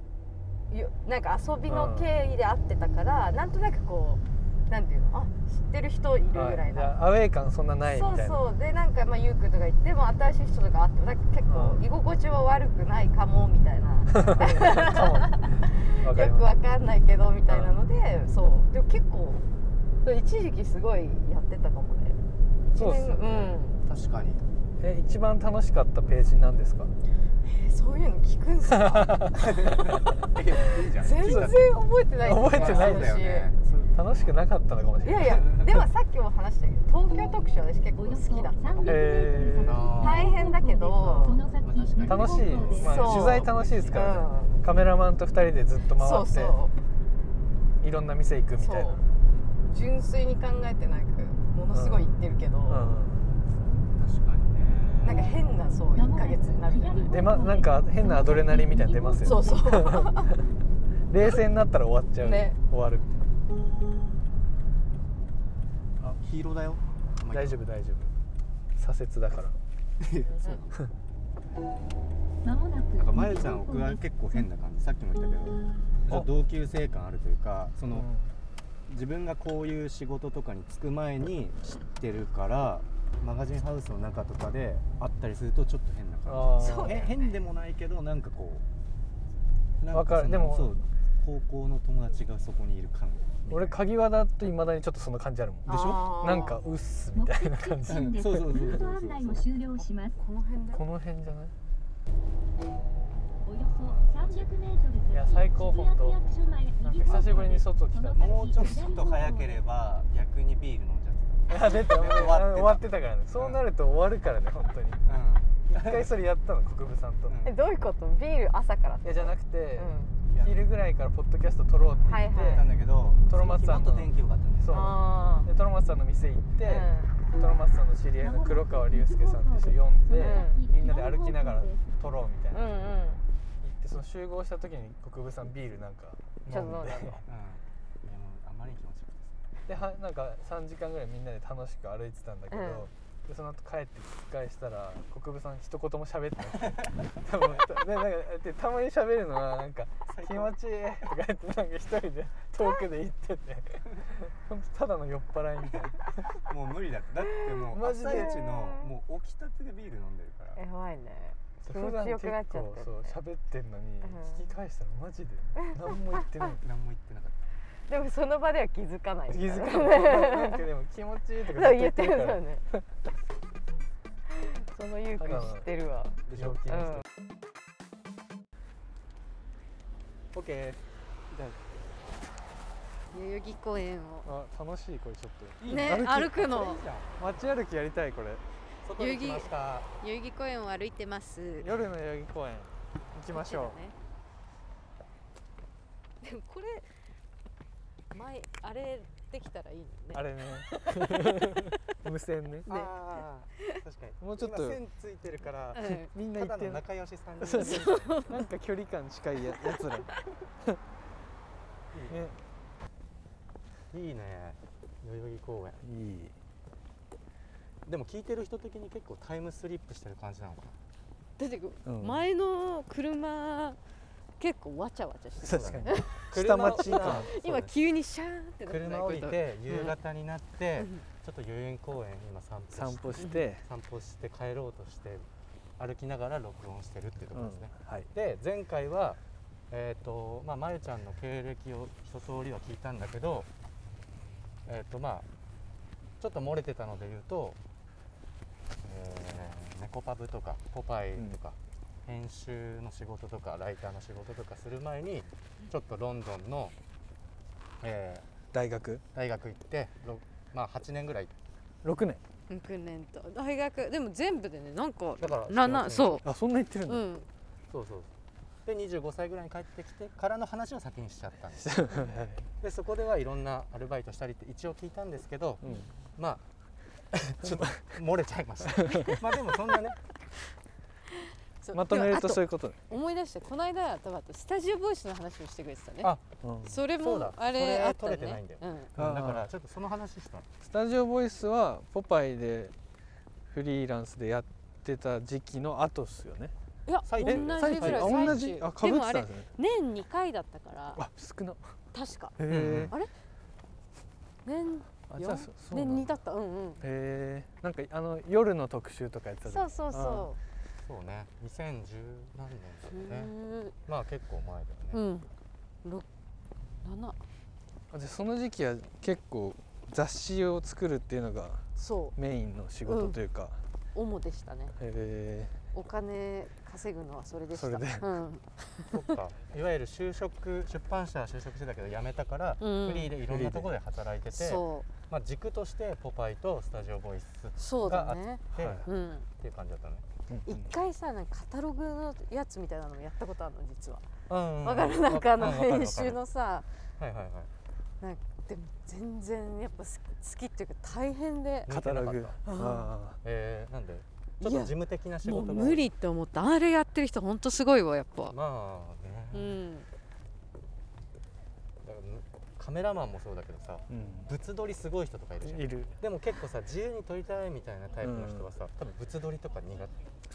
Speaker 2: よなんか遊びの経緯で会ってたから、なんとなくこうなんていうのあ知ってる人いるぐらい
Speaker 3: は
Speaker 2: な、
Speaker 3: じゃあアウェー感そんなないみ
Speaker 2: そう
Speaker 3: たいな
Speaker 2: そうでなんかまあゆうくんとか行っても新しい人とか会ってもなんか結構
Speaker 3: うん
Speaker 2: 居心地は悪くないかもみた いな
Speaker 3: かもわかり
Speaker 2: よく
Speaker 3: ま
Speaker 2: わかんないけどみたいなので、そうでも結構それ一時期すごいやってたかもね
Speaker 3: すそうっすよ
Speaker 2: う
Speaker 3: ね
Speaker 2: ん
Speaker 1: 確 かに
Speaker 3: え一番楽しかったページなんですか
Speaker 2: えそういうの聞くんすか
Speaker 1: いやいいじゃん
Speaker 2: 全
Speaker 1: 聞い
Speaker 2: 然
Speaker 1: たって
Speaker 2: 覚えてない
Speaker 3: 覚えてない
Speaker 1: ん
Speaker 3: ん
Speaker 1: だよね
Speaker 3: 楽しくなかったのかもし
Speaker 2: い
Speaker 3: れな
Speaker 2: や
Speaker 3: い
Speaker 2: いや、でもさっきも話したけど、東京特集私結構
Speaker 6: およ
Speaker 2: 好
Speaker 6: そ
Speaker 2: きだった
Speaker 6: 300
Speaker 2: の。
Speaker 6: メートル先
Speaker 1: あー
Speaker 2: 大変だけど
Speaker 6: その先右
Speaker 3: 楽し
Speaker 6: 方向で
Speaker 3: い、
Speaker 6: す。
Speaker 3: まあ、
Speaker 2: そう
Speaker 3: 取材楽しいですからね、カメラマンと二人でずっと
Speaker 2: うん、
Speaker 3: 回
Speaker 2: そう
Speaker 3: って
Speaker 2: そ
Speaker 3: いろんな店行く
Speaker 2: う、
Speaker 3: み
Speaker 2: そ
Speaker 3: たいな
Speaker 2: う。純粋に考えてなく、ものすごい言ってるけど、
Speaker 3: う
Speaker 1: 確かにね
Speaker 2: なんか変なそう一ヶ月になるじゃない
Speaker 3: ん。。出まなんか変なアドレナリンみたいなの出ますよ、ね、
Speaker 2: そうそう。
Speaker 3: 冷静になったら終わっちゃう、
Speaker 2: ね
Speaker 3: 終わるみたい
Speaker 1: あ黄色だよ
Speaker 3: な大丈夫大丈夫左折だから
Speaker 6: まもなく
Speaker 1: なんかまゆちゃん僕は結構変な感じさっきも言ったけどちょっと同級生感あるというかその自分がこういう仕事とかに就く前に知ってるからマガジンハウスの中とかで会ったりするとちょっと変な感
Speaker 3: ああ
Speaker 2: そう
Speaker 1: じえ変でもないけどなんかこうなん
Speaker 3: わかる
Speaker 1: その
Speaker 3: でも
Speaker 1: そう高校の友達がそこにいる感
Speaker 3: 俺
Speaker 1: か
Speaker 3: 鍵輪だといまだにちょっとその感じあるもん
Speaker 1: でしょ
Speaker 2: あー
Speaker 3: なんか。うっすみ
Speaker 6: 目
Speaker 3: たいな
Speaker 6: 的
Speaker 3: 感
Speaker 6: 地
Speaker 3: じ
Speaker 6: 点です。
Speaker 1: そうそうそうそう
Speaker 6: ルート案内を終了します。
Speaker 2: この辺だよ
Speaker 3: こ。の辺じゃない
Speaker 6: およそ300メートル先。
Speaker 3: いや最高本当
Speaker 6: 渋谷区役所前
Speaker 3: なんか
Speaker 6: 右方向
Speaker 3: 久しぶりに外来た
Speaker 6: その先
Speaker 1: もうちょっと早ければ逆にビール飲んじゃっ
Speaker 3: あ出て終
Speaker 1: わってた
Speaker 3: わってたからねそうなると終わるからね本当に
Speaker 1: てた
Speaker 3: 一回それやったの国分さんと、
Speaker 1: うん
Speaker 3: い
Speaker 2: え、どういうこと、ビール朝から。
Speaker 3: やじゃなくて、
Speaker 2: うん。
Speaker 1: うん
Speaker 3: 昼ぐらいからポッドキャスト撮ろうって言って、
Speaker 2: はい
Speaker 1: なんだけど
Speaker 3: トロマツさんの
Speaker 1: その日もっと天気良かったんです
Speaker 3: そう
Speaker 2: あ
Speaker 3: でトロマツさんの店行って、
Speaker 2: あ。
Speaker 3: トロマツさんの知り合いの黒川隆介さんって人呼んで、
Speaker 2: う
Speaker 3: みんなで歩きながら撮ろうみたい
Speaker 2: うん。う
Speaker 3: な、
Speaker 2: ん
Speaker 3: 行
Speaker 2: うん。
Speaker 3: ってその集合した時に国分さんビールなんか
Speaker 2: ち
Speaker 3: 飲
Speaker 2: ょっと飲
Speaker 3: ん
Speaker 2: ん
Speaker 3: で
Speaker 2: だの。
Speaker 1: うんでもあまりに気持ちよくて
Speaker 3: ではなんか3時間ぐらいみんなで楽しく歩いてたんだけど、
Speaker 2: うん
Speaker 3: でその後帰って聞き返したら国分さん一言も喋ってなくて 多分ねなんかでたまに喋るのはなんか「気持ちいい」とか言ってなんか一人で遠くで行 っててほんとただの酔っ払いみたいな
Speaker 1: もう無理だってだってもう
Speaker 3: マジで
Speaker 1: 朝一のもう起きたてでビール飲んでるから
Speaker 2: やばいね。気
Speaker 3: 普
Speaker 2: 持
Speaker 3: 段
Speaker 2: ちよくなっちゃって
Speaker 3: 結構そう喋ってんのに
Speaker 2: うん
Speaker 3: 聞き返したらマジで何も言っ てない
Speaker 1: 何も言ってなかっ
Speaker 2: でも、その場では気づかない
Speaker 3: 気
Speaker 2: みたいな。
Speaker 3: づかないなんかでも気持ちいいと
Speaker 2: そ
Speaker 3: かずっ
Speaker 2: う
Speaker 3: と
Speaker 2: 言
Speaker 3: 言
Speaker 2: っ
Speaker 3: っ
Speaker 2: てて
Speaker 3: るか
Speaker 2: るよ
Speaker 3: ら
Speaker 2: ね。そのゆうくん知ってるわ。
Speaker 1: たでし
Speaker 3: 陽
Speaker 1: ょ
Speaker 3: 気
Speaker 2: う
Speaker 3: な人
Speaker 2: ん。
Speaker 1: オッケーじゃ
Speaker 2: 代々木公園を。
Speaker 3: あ楽しいこれちょっと
Speaker 1: あいい
Speaker 2: ね
Speaker 3: 歩き
Speaker 2: 歩く
Speaker 1: い
Speaker 2: の
Speaker 1: いじゃん
Speaker 3: 街歩きやりたいこれ
Speaker 1: 外に来ました
Speaker 2: 代々木公園を歩いてます行
Speaker 3: 夜の代々木公園行きましょ
Speaker 2: でもこれ前あれできたらいいの
Speaker 3: う、
Speaker 2: ね
Speaker 3: あれね無線ね
Speaker 1: あー確かに
Speaker 3: もうちょっと
Speaker 7: 今線ついてるから、
Speaker 2: うん
Speaker 3: みんな
Speaker 7: た
Speaker 3: 行
Speaker 7: だ
Speaker 3: って
Speaker 7: の
Speaker 3: る
Speaker 7: 仲良しさんに
Speaker 3: そうそうなんか距離感近いや やつらね
Speaker 1: いいね代々木公園
Speaker 3: いい
Speaker 1: でも聞いてる人的に結構タイムスリップしてる感じなのかな
Speaker 2: 出てくる、
Speaker 3: うん
Speaker 2: 前の車結構わちゃわちゃしてる
Speaker 3: 確かに下
Speaker 1: 車を
Speaker 3: 町感
Speaker 2: 今急にシャーンってなって
Speaker 1: 車降りて夕方になって、
Speaker 2: うん
Speaker 1: ちょっと遊園公園今散歩して
Speaker 3: 散歩して、
Speaker 1: 散歩して帰ろうとして歩きながら録音してるっていうと
Speaker 3: う
Speaker 1: こ
Speaker 3: ん
Speaker 1: ろですね、
Speaker 3: はい
Speaker 1: で前回はえっ、とまあまゆちゃんの経歴を一通りは聞いたんだけどえっ、とまあちょっと漏れてたので言うと、えー、ネコパブとかポパイとか、編集の仕事とかライターの仕事とかする前にちょっとロンドンの、え
Speaker 3: 大学
Speaker 1: ー大学行ってろまあ8年ぐらい
Speaker 3: 6年
Speaker 2: 6年と大学でも全部でねなんか
Speaker 1: だから
Speaker 2: ななそ
Speaker 3: あそんな言ってる
Speaker 2: うう
Speaker 3: の、
Speaker 2: ん
Speaker 1: そうそうで25歳ぐらいに帰ってきてからの話を先にしちゃったんですでそこではいろんなアルバイトしたりって一応聞いたんですけど、
Speaker 3: うん
Speaker 1: まあ ちょっと漏れちゃいました まあでもそんなね
Speaker 2: そう
Speaker 3: まとめると
Speaker 2: でもあ
Speaker 3: そういうことね、
Speaker 2: 思い出してこの間多分あとスタジオボイスの話をしてくれてたね
Speaker 1: あ
Speaker 3: うん
Speaker 2: それ
Speaker 1: そ
Speaker 2: も
Speaker 1: うだ
Speaker 2: あ
Speaker 1: そ
Speaker 2: れ
Speaker 1: れ
Speaker 2: あったね
Speaker 1: 取れてないんだよ
Speaker 2: うん
Speaker 1: だ
Speaker 3: あー
Speaker 1: からちょっとその話したの
Speaker 3: スタジオボイスはポパイでフリーランスでやってた時期の後っすよね
Speaker 2: いや同
Speaker 1: 最
Speaker 2: じ
Speaker 1: 中
Speaker 2: ぐらい
Speaker 1: 最中
Speaker 2: 最
Speaker 3: あ
Speaker 2: 中
Speaker 3: 同じあか
Speaker 2: で
Speaker 3: ぶっ
Speaker 2: も
Speaker 3: て
Speaker 2: あ
Speaker 3: たん
Speaker 2: れ
Speaker 3: ですね
Speaker 2: 年2回だったから
Speaker 3: あ少な
Speaker 2: 確か
Speaker 3: へえ
Speaker 2: 年
Speaker 3: あじゃあ
Speaker 2: 4
Speaker 3: そそう
Speaker 2: 年
Speaker 3: なん
Speaker 2: 2
Speaker 3: だ
Speaker 2: だったうんうん
Speaker 3: へえなんかあの夜の特集とかやってたじゃ
Speaker 2: そ
Speaker 3: ん
Speaker 2: うそう
Speaker 3: あ
Speaker 2: そ
Speaker 1: そうね2010何年だ
Speaker 2: う
Speaker 1: ろうねまあ結構前だよね、
Speaker 2: うん六七
Speaker 3: あじゃあその時期は結構雑誌を作るっていうのが
Speaker 2: そ
Speaker 3: メインの仕事というか、
Speaker 2: う主でしたね
Speaker 3: へえ
Speaker 2: お金稼ぐのはそれでした
Speaker 3: それで
Speaker 2: うん
Speaker 1: そっかいわゆる就職出版社は就職してたけど辞めたから、
Speaker 2: うん
Speaker 1: フリーでいろんなところで働いてて、
Speaker 2: そう
Speaker 1: まあ、軸としてポパイとスタジオボイス
Speaker 2: そうだね
Speaker 1: で、
Speaker 3: はい
Speaker 2: うん
Speaker 1: っていう感じだったね
Speaker 3: うんうん
Speaker 2: 一回さなんかカタログのやつみたいなのもやったことあるの実は
Speaker 1: わ
Speaker 2: わかるなんかあの編集
Speaker 1: は
Speaker 2: のさ
Speaker 1: いはいはい
Speaker 2: なんかでも全然やっぱ好き好きっていうか大変で
Speaker 3: カタログ
Speaker 2: あー
Speaker 3: あ
Speaker 1: えー、なんで
Speaker 2: い
Speaker 1: ちょ
Speaker 2: や
Speaker 1: っと事務的な仕
Speaker 2: もう
Speaker 1: 事が
Speaker 2: 無理って思ったあれやってる人ほんとすごいわやっぱ
Speaker 1: まあ
Speaker 2: う
Speaker 1: ね、
Speaker 2: ん
Speaker 1: だからカメラマンもそうだけどさ
Speaker 3: ーう
Speaker 1: 物撮りすごい人とかいるじゃ
Speaker 3: ん
Speaker 1: ん
Speaker 3: いる
Speaker 1: でも結構さ自由に撮りたいみたいなタイプの人はさ、多分物撮りとか苦手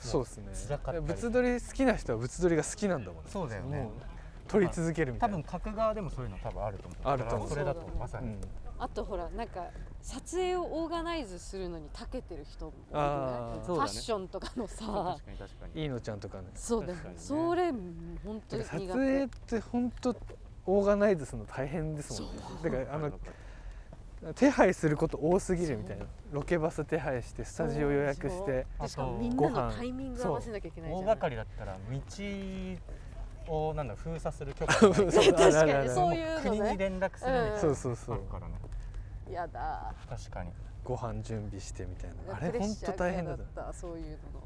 Speaker 3: そうですね
Speaker 1: 辛かったり
Speaker 3: 物撮り好きな人は物撮りが好きなんだもんね
Speaker 1: そうだよね
Speaker 3: もう撮り続けるみた
Speaker 1: 多
Speaker 3: いな
Speaker 1: 分角側でもそういうの多分あると思う
Speaker 3: あると思う
Speaker 1: それだとまさ
Speaker 3: う
Speaker 1: に、
Speaker 3: ん
Speaker 2: あとほらなんか撮影をオーガナイズするのに長けてる人も多くない
Speaker 3: あー
Speaker 2: ファッションとかのさ
Speaker 1: 確かに確かに
Speaker 3: いいのちゃんとかね
Speaker 2: そうだよ
Speaker 1: 確かにね
Speaker 2: それ本当
Speaker 3: て
Speaker 2: に
Speaker 3: か
Speaker 2: 苦手
Speaker 3: 撮影って本当オーガナイズするの大変ですもんねだからあ
Speaker 1: わかる
Speaker 3: の
Speaker 1: わかる
Speaker 3: 手配すること多すぎるみたいなロケバス手配してスタジオ予約
Speaker 2: そう
Speaker 3: し
Speaker 2: で
Speaker 3: て
Speaker 1: あ
Speaker 2: しかも
Speaker 1: と
Speaker 2: みん
Speaker 3: ご
Speaker 2: な
Speaker 3: 飯
Speaker 2: のタイミング合わせなきゃいけないじゃ
Speaker 1: 大
Speaker 2: ん
Speaker 1: 掛かりだったら道をなんだ封鎖する許可
Speaker 3: そ う
Speaker 1: がない
Speaker 3: あ
Speaker 2: 確
Speaker 3: るある
Speaker 2: か
Speaker 3: あ
Speaker 2: に
Speaker 3: る
Speaker 2: そういう
Speaker 1: 国
Speaker 2: の
Speaker 1: に
Speaker 2: ね
Speaker 1: 連絡するみたいな、
Speaker 2: うん
Speaker 3: そうそうそう
Speaker 1: あるからね
Speaker 2: やだ
Speaker 1: 確かに
Speaker 3: ご飯準備してみたいなあ
Speaker 2: プ
Speaker 3: れ
Speaker 2: レッ
Speaker 3: 本
Speaker 2: シャ
Speaker 3: 当
Speaker 2: ー
Speaker 3: 大変だっ
Speaker 2: 嫌
Speaker 3: た
Speaker 2: ったそういうの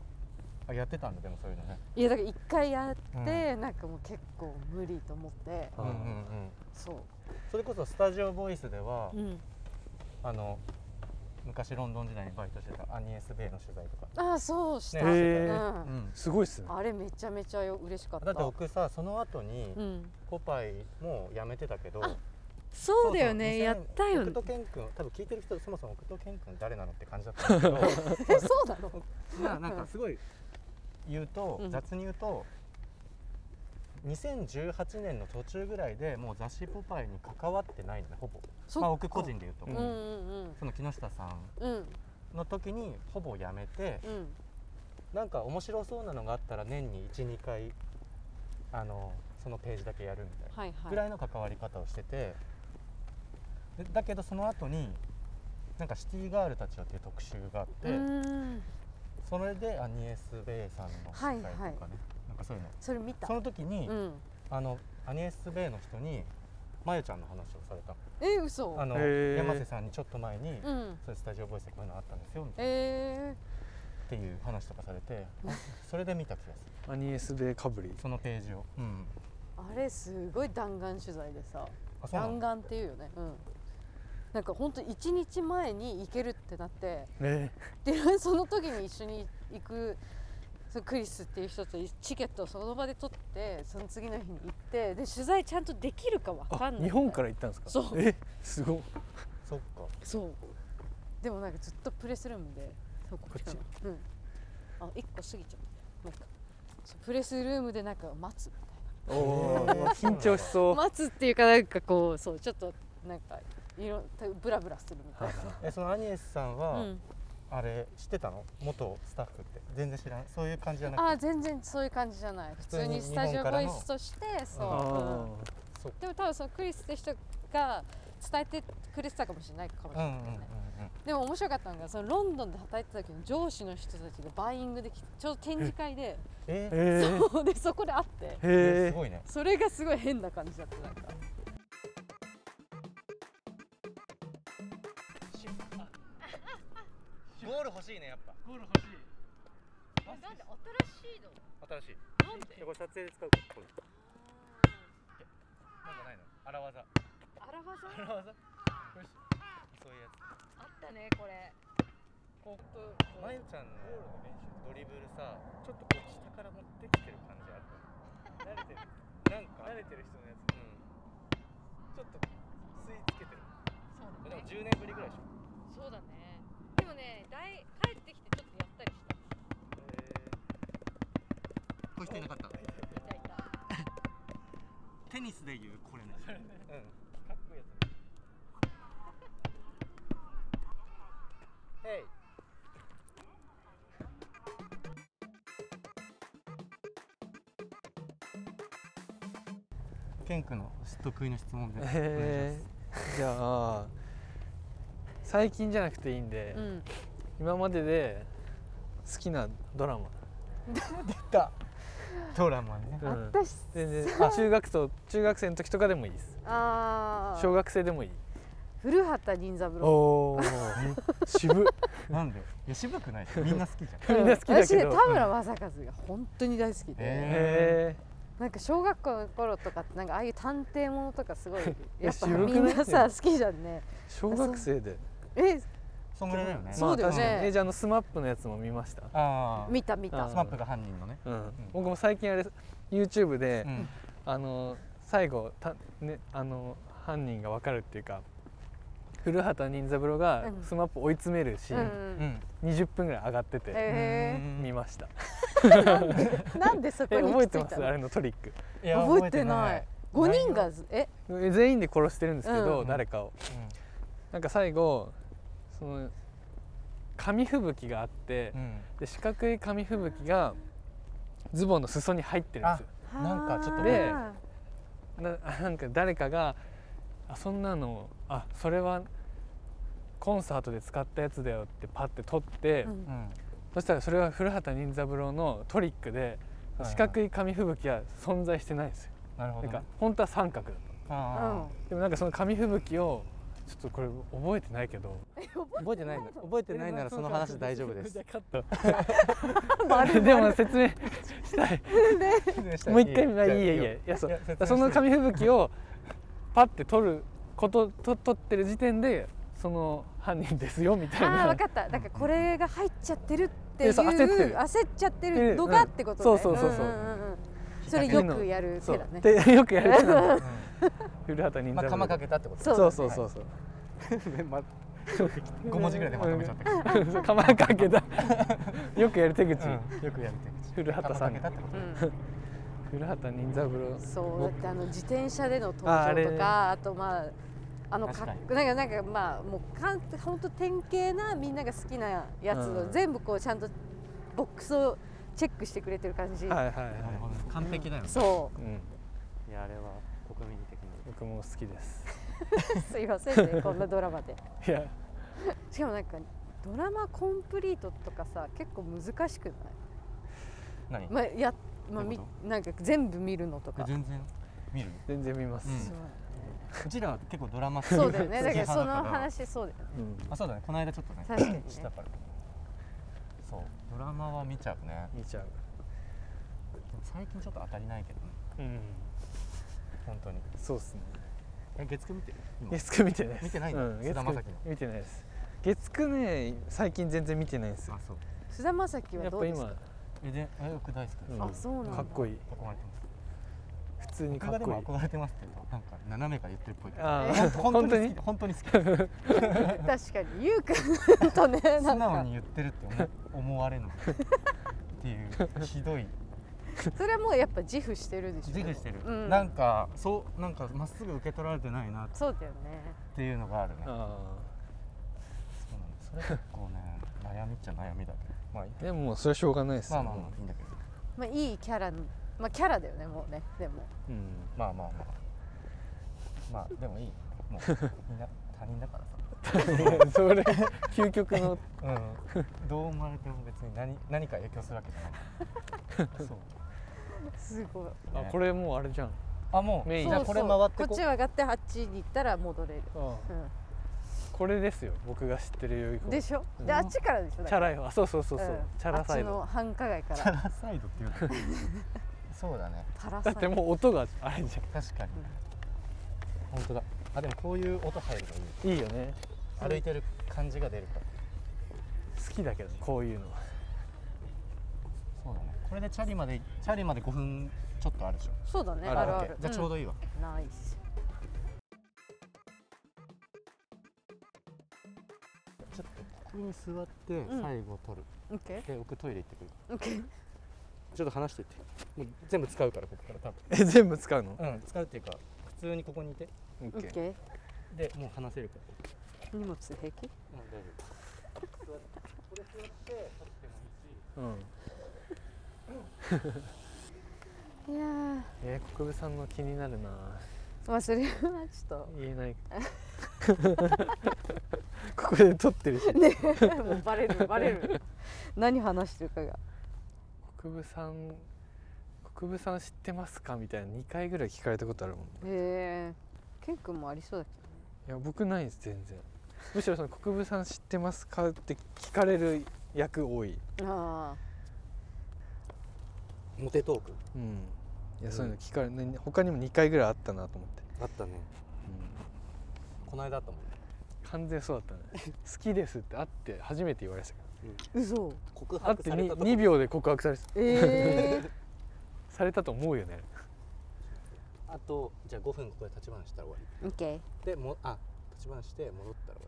Speaker 1: あやってたんだでもそういうのね
Speaker 2: いやだから一回やって、なんかもう結構無理と思って
Speaker 3: あー
Speaker 1: ん
Speaker 2: そ
Speaker 1: それこそスタジオボイスでは、
Speaker 2: う、うん、
Speaker 1: あの昔ロンドン時代にバイトしてたアニエス・ベイの取材とか、
Speaker 2: ああそうした、
Speaker 1: ね
Speaker 2: う
Speaker 3: へえ
Speaker 2: ん、
Speaker 3: すごいっすね
Speaker 2: あれめちゃめちゃよ嬉しかった
Speaker 1: だって僕さその後に
Speaker 2: うん、
Speaker 1: ポパイもう辞めてたけど、
Speaker 2: あそうだよ
Speaker 1: そ
Speaker 2: ね
Speaker 1: う
Speaker 2: やったよ
Speaker 1: 奥
Speaker 2: ね
Speaker 1: 戸健君多分聞いてる人そもそも奥戸健君誰なのって感じだったんだけど
Speaker 2: えそうだろ
Speaker 1: まあなんかすごい言うと、
Speaker 2: うん
Speaker 1: 雑に言うと2018年の途中ぐらいでもう雑誌「ポパイ」に関わってないのねほぼ、
Speaker 2: そっ
Speaker 1: ま
Speaker 2: か
Speaker 1: あ、僕個人で言うと、
Speaker 3: う
Speaker 2: うんうんうん
Speaker 1: その木下さん
Speaker 2: うん
Speaker 1: の時にほぼ辞めて
Speaker 2: うん
Speaker 1: なんか面白そうなのがあったら年に12回あのそのページだけやるみたいな
Speaker 2: はい
Speaker 1: ぐ
Speaker 2: は
Speaker 1: ら
Speaker 2: い
Speaker 1: いの関わり方をしててでだけどその後になんかシティガールたちよっていう特集があって、
Speaker 2: うん
Speaker 1: それでアニエス・ベイさんの
Speaker 2: はい
Speaker 1: 取材とかね、
Speaker 2: はい
Speaker 1: なんかそういうの
Speaker 2: それ見た
Speaker 1: その時に、
Speaker 2: うん
Speaker 1: あのアニエス・ベイの人にまゆちゃんの話をされたの
Speaker 2: え嘘
Speaker 1: あの
Speaker 3: へー
Speaker 1: 山瀬さんにちょっと前に、
Speaker 2: うん
Speaker 1: そういうスタジオボイスでこういうのあったんですよみたい
Speaker 2: え
Speaker 1: なっていう話とかされてあそれで見た気がする
Speaker 3: アニエスベイかぶり
Speaker 1: そのページを、うん、
Speaker 2: ー、あれすごい弾丸取材でさ
Speaker 1: あそうな
Speaker 2: 弾
Speaker 1: の
Speaker 2: 丸っていうよねうんなんか本当1日前に行けるってなって
Speaker 3: え
Speaker 2: で その時に一緒に行くそのクリスっていう人とチケットをその場で取ってその次の日に行ってで取材ちゃんとできるかわかんない
Speaker 3: 日本からら行ったんですか
Speaker 2: そう
Speaker 3: えすごっ
Speaker 1: そっか
Speaker 2: そうでもなんかずっとプレスルームでそうこっちかな
Speaker 3: こ
Speaker 2: うんあ一個過ぎちゃったなんかそうプレスルームでなんか待つみたい
Speaker 3: おー 緊張しそう
Speaker 2: な待つっていうかなんかこうそうちょっとなんかいろブラブラするみたい
Speaker 1: えそのアニエスさん
Speaker 2: な、
Speaker 1: は、
Speaker 2: うん、
Speaker 1: あれ知ってたの元スタッフって全然知らないそういう感じじゃなくて
Speaker 2: あー全然そういう感じじゃない普
Speaker 1: 通
Speaker 2: 通
Speaker 1: に
Speaker 2: にスタジオボイスとしてそう、うん
Speaker 3: あ
Speaker 1: そう
Speaker 2: でも多分そのクリスって人が伝えてくれてたかもしれないかも
Speaker 1: う
Speaker 2: しれ
Speaker 1: んう
Speaker 2: ない
Speaker 1: んう
Speaker 2: けど
Speaker 1: ん
Speaker 2: ね、
Speaker 1: うん
Speaker 2: でも面白かったのがそのロンドンで働いてた時の上司の人たちがバイイングできてちょうど展示会で
Speaker 1: え
Speaker 3: ーえー
Speaker 2: そう でそこで会って
Speaker 3: へ
Speaker 1: え
Speaker 3: え
Speaker 1: すごいね
Speaker 2: それがすごい変な感じだったなんか
Speaker 1: ゴール欲しいねやっぱ
Speaker 8: なんで新しいの
Speaker 1: 新しい
Speaker 8: なんで
Speaker 1: これ撮影で使うこれなんかないの荒技
Speaker 8: あらわざ
Speaker 1: 荒技よしそういうやつ
Speaker 8: あったねこれ
Speaker 1: こうまゆちゃんのドリブルさちょっとこう下から持ってきてる感じある慣れてるなんか慣れてる人のやつうんちょっと吸い付けてる
Speaker 8: そう
Speaker 1: で
Speaker 8: だ
Speaker 1: も
Speaker 8: ね
Speaker 1: 10年ぶりぐらいでしょ
Speaker 8: そうだねでもねだい帰ってきてちょっとやったりした
Speaker 1: こうしてなかった
Speaker 8: いたいた
Speaker 1: テニスで言うこれねうんかっこいいやつヘイケン君の得意な質問でお願いします、
Speaker 3: えーじゃあ最近じゃなくていいんで、
Speaker 2: うん
Speaker 3: 今までで好きなドラマ、
Speaker 1: ドラマ ね
Speaker 3: うん、
Speaker 2: 私
Speaker 3: 全然あ中学と中学生の時とかでもいいです
Speaker 2: あ
Speaker 3: 小学生でもいい
Speaker 2: 古畑任三郎
Speaker 3: おお渋っ
Speaker 1: なんでいや渋くないみんな好きじゃん
Speaker 3: みんな好きだけど
Speaker 2: 私ね田村正和が本当に大好きで、
Speaker 3: へえ
Speaker 2: なんか小学校の頃とかってなんかああいう探偵ものとかすごいやっぱ
Speaker 3: 渋くな
Speaker 2: み
Speaker 3: い
Speaker 2: んな さ好きじゃんね
Speaker 3: 小学生で
Speaker 2: え
Speaker 1: そんぐらいだよね
Speaker 2: そうだよね
Speaker 3: まあ確かにえじゃああのスマップのやつも見ました
Speaker 1: ああ
Speaker 2: 見た見た
Speaker 3: あ
Speaker 1: スマップが犯人のね
Speaker 3: うん、僕も最近あれ YouTube で、
Speaker 1: うん
Speaker 3: あの最後た、ね、あの犯人が分かるっていうか古畑任三郎が
Speaker 2: うん
Speaker 3: スマップ追い詰めるシ
Speaker 2: うんう
Speaker 3: ーン、
Speaker 2: ん
Speaker 3: 20分ぐらい上がってて
Speaker 2: へえ
Speaker 3: 見ました、
Speaker 2: なんでそこ
Speaker 3: え
Speaker 2: に
Speaker 3: 覚
Speaker 2: 行
Speaker 3: え
Speaker 2: き着
Speaker 3: て
Speaker 2: い
Speaker 3: ま
Speaker 2: た
Speaker 3: すあ
Speaker 2: の
Speaker 3: れのトリック
Speaker 1: いや
Speaker 2: 覚えてない五人がえ
Speaker 3: え全員で殺してるんですけど、
Speaker 2: うん
Speaker 3: 誰かを
Speaker 1: 覚えてない
Speaker 3: なんか最後その紙吹雪があって、
Speaker 1: うんうん
Speaker 3: で四角い紙吹雪がズボンの裾に入ってるんですよ
Speaker 1: なんかちょっと
Speaker 3: でな なんか誰かが「あそんなのあそれはコンサートで使ったやつだよ」ってパッて取って、
Speaker 2: うん
Speaker 1: うん
Speaker 3: そしたらそれは古畑任三郎のトリックで
Speaker 1: はい
Speaker 3: 四角い紙吹雪は存在してないんですよ。
Speaker 1: なるほど、
Speaker 3: なん
Speaker 1: ね、
Speaker 3: か本当は三角だっ
Speaker 1: あ
Speaker 3: たでもなんかその紙吹雪をちょっとこれ覚えてないけど
Speaker 1: ー覚えてないの覚えてないならその話大丈夫です
Speaker 3: じゃあカット でも説明したいもう一回いいえいえいやそうその紙吹雪をパッて取ることと取ってる時点でその犯人ですよみたい
Speaker 2: ああ
Speaker 3: な
Speaker 2: 分かったなんかこれが入っちゃってるっていう
Speaker 3: えそう焦ってる
Speaker 2: 焦っちゃってるのがってことね、
Speaker 3: うんそうそうそうそうん
Speaker 2: んんうんそれよくやる
Speaker 3: そ
Speaker 2: 手
Speaker 3: う
Speaker 2: だね
Speaker 3: でよくやる手なの古畑任
Speaker 1: まあ
Speaker 3: 三郎
Speaker 1: 釜かけたってこと
Speaker 3: そうそうそうそう
Speaker 1: 五文字ぐらいでまとめちゃったけど、
Speaker 3: そう釜かけたよくやる手口
Speaker 1: よくやる手口
Speaker 3: 古畑さん
Speaker 1: 釜かけたってこと
Speaker 3: 古畑任三郎
Speaker 2: うんそうだってあの自転車での登
Speaker 3: ああれ
Speaker 2: 場とかあとまああのか
Speaker 1: 確
Speaker 2: っ
Speaker 1: かに
Speaker 2: なんかなんかまあもうかん本当典型なみんなが好きなやつ
Speaker 3: う
Speaker 2: の
Speaker 3: ん
Speaker 2: 全部こうちゃんとボックスをチェックしてくれてる感じ、
Speaker 3: はいはいは
Speaker 1: なるほどね完璧だよね
Speaker 2: そ
Speaker 3: いうん
Speaker 1: いやあれは国民的に
Speaker 3: 僕も好きです
Speaker 2: うすいませんねこんなドラマで
Speaker 3: いや
Speaker 2: しかもなんかドラマコンプリートとかさ結構難しくない
Speaker 1: 何、
Speaker 2: まあや、まあ、み
Speaker 1: どういう
Speaker 2: なんか全部見るのとか
Speaker 1: 全然見る
Speaker 3: 全然見ます、
Speaker 1: うんうちらは結構ドラマ
Speaker 2: そうだよね
Speaker 1: 好
Speaker 2: だ
Speaker 1: き
Speaker 2: からそ
Speaker 1: 派
Speaker 2: の
Speaker 1: だから
Speaker 2: 話そうだよね
Speaker 3: うん
Speaker 1: あそうだねこの間ちょっとね
Speaker 2: 確かにね
Speaker 1: 知ったからそうドラマは見ちゃうね
Speaker 3: 見ちゃう、
Speaker 1: でも最近ちょっと当たりないけどね
Speaker 3: うん、
Speaker 1: 本当に
Speaker 3: そうっすね
Speaker 1: え月9見てる今
Speaker 3: 月9見てないです
Speaker 1: 見てないん
Speaker 3: う
Speaker 1: だ
Speaker 3: ん、
Speaker 1: 菅
Speaker 3: 月
Speaker 1: 田
Speaker 3: 9
Speaker 1: 将暉の
Speaker 3: 見てないです月9ね最近全然見てないんですよ
Speaker 1: あそう
Speaker 2: 菅田将暉
Speaker 3: や
Speaker 2: は
Speaker 3: っ
Speaker 2: ど
Speaker 3: ぱ
Speaker 2: うです
Speaker 3: 今
Speaker 2: か
Speaker 1: えでえ僕大好きです、
Speaker 3: うん
Speaker 1: か
Speaker 2: あそうなんだ
Speaker 3: かっこいい
Speaker 1: 憧れてます
Speaker 3: 普通に
Speaker 1: 僕
Speaker 3: か
Speaker 1: が
Speaker 3: っ
Speaker 1: で
Speaker 3: こい
Speaker 1: も
Speaker 3: い
Speaker 1: 憧れてますってなんか斜めから言ってるっぽいけど
Speaker 3: あ
Speaker 1: ほん
Speaker 3: あ
Speaker 1: と
Speaker 3: 本当
Speaker 1: 好き
Speaker 3: に
Speaker 1: で本当に好き
Speaker 2: 確かにゆうくんと ねな
Speaker 1: 素
Speaker 2: ん
Speaker 1: 直
Speaker 2: か
Speaker 1: に言ってるって思思われないっていうひどい
Speaker 2: それはもうやっぱ自負してるでしょ
Speaker 1: 自負してる、
Speaker 2: うん
Speaker 1: なんかそうなんかまっすぐ受け取られてないなっ
Speaker 2: そうだよね
Speaker 1: ていうのがあるねそう
Speaker 3: あ
Speaker 1: なんですそれ結構ね悩みっちゃ悩みだけどまあいい
Speaker 3: あでももうそれはしょうがないです
Speaker 1: まあ
Speaker 3: よ
Speaker 1: まあま
Speaker 3: も
Speaker 1: あいいんだけど
Speaker 2: まあいいキャラまあキャラだよねもうねでも
Speaker 3: ううん
Speaker 1: まあまあまあまあでもいい もうみんな他人だからさ
Speaker 3: それ 究極の
Speaker 1: うん、どう思われても別に何何か影響するわけじゃないそう
Speaker 2: すごい
Speaker 3: あこれもうあれじゃん
Speaker 1: あもう
Speaker 3: メイン
Speaker 1: じゃあ
Speaker 2: そう
Speaker 1: こ
Speaker 2: そ
Speaker 1: れ
Speaker 2: う
Speaker 1: 回って
Speaker 2: こっち上がってあっちに行ったら戻れる、
Speaker 3: ああ
Speaker 2: う
Speaker 3: これですよ僕が知ってるよい
Speaker 2: ん、
Speaker 3: こ
Speaker 2: で
Speaker 3: チ
Speaker 2: しょ、
Speaker 3: うん
Speaker 2: であっちからでしょだか
Speaker 3: ャ
Speaker 2: ら
Speaker 3: ラいわそうそうそうそう、
Speaker 2: ん
Speaker 3: チャラサイ
Speaker 2: あ
Speaker 3: ド
Speaker 2: っちの繁華街か
Speaker 1: パ
Speaker 2: ら
Speaker 1: ラサイドっていうか そうだね
Speaker 2: パラサ
Speaker 3: だ
Speaker 2: イ
Speaker 3: ってもう音があれじ
Speaker 1: 確かに、
Speaker 2: うん
Speaker 1: 本当だあでもこういう音入るのいい
Speaker 3: ゃんいいよね
Speaker 1: 歩いてる感じが出るから
Speaker 3: 好きだけどこういうの
Speaker 1: そうだねこれでチャリまでチャリまで5分ちょっとあるでしょ
Speaker 2: そうだね
Speaker 1: あ
Speaker 2: あるある
Speaker 1: OK じゃあちょうどいいわ、
Speaker 2: うんナイス
Speaker 1: ちょっとここに座って
Speaker 2: うん
Speaker 1: 最後取る、
Speaker 2: オッケ
Speaker 1: で僕トイレ行ってくる
Speaker 2: ーオッケー
Speaker 1: ちょっと話しててもう全部使うからここから多
Speaker 3: え全部使うの
Speaker 1: 分うん使うっていうか普通にここにいて
Speaker 3: オ
Speaker 2: オ
Speaker 3: ッケ
Speaker 2: ッ
Speaker 3: ー
Speaker 2: ケ
Speaker 1: でもう話せるから
Speaker 2: ー荷物平気
Speaker 1: うん大丈夫座ってこれ座って立ってもいいし
Speaker 3: うん
Speaker 2: いやー
Speaker 3: えー、国分さんの気になるな
Speaker 2: まあそれはちょっと
Speaker 3: 言えない ここで撮ってるし
Speaker 2: ね もうバレるバレる何話してるかが
Speaker 3: 国分さん国分さん知ってますかみたいな2回ぐらい聞かれたことあるもんい
Speaker 2: へえケン君もありそうだ
Speaker 3: や僕ないです全然むしろその国分さん知ってますかって聞かれる役多い
Speaker 2: けどあ
Speaker 1: モテトーク
Speaker 3: うんいやそういうの
Speaker 1: うん
Speaker 3: 聞かれ、ね、他にも2回ぐらいあったなと思って、
Speaker 1: あったねこの間あったもんね
Speaker 3: 完全そうだったね好きですって会って初めて言われましたから
Speaker 2: あ嘘
Speaker 1: 告
Speaker 3: 会っ
Speaker 1: 白
Speaker 3: て
Speaker 1: されたと
Speaker 3: 2,
Speaker 1: こ
Speaker 3: 2秒で告白され
Speaker 2: ええ
Speaker 3: されたと思うよね
Speaker 1: あとじゃあ5分ここで立ち話したら終わ
Speaker 2: ー、オッケー
Speaker 1: りでもあ立ち話して戻ったら終わ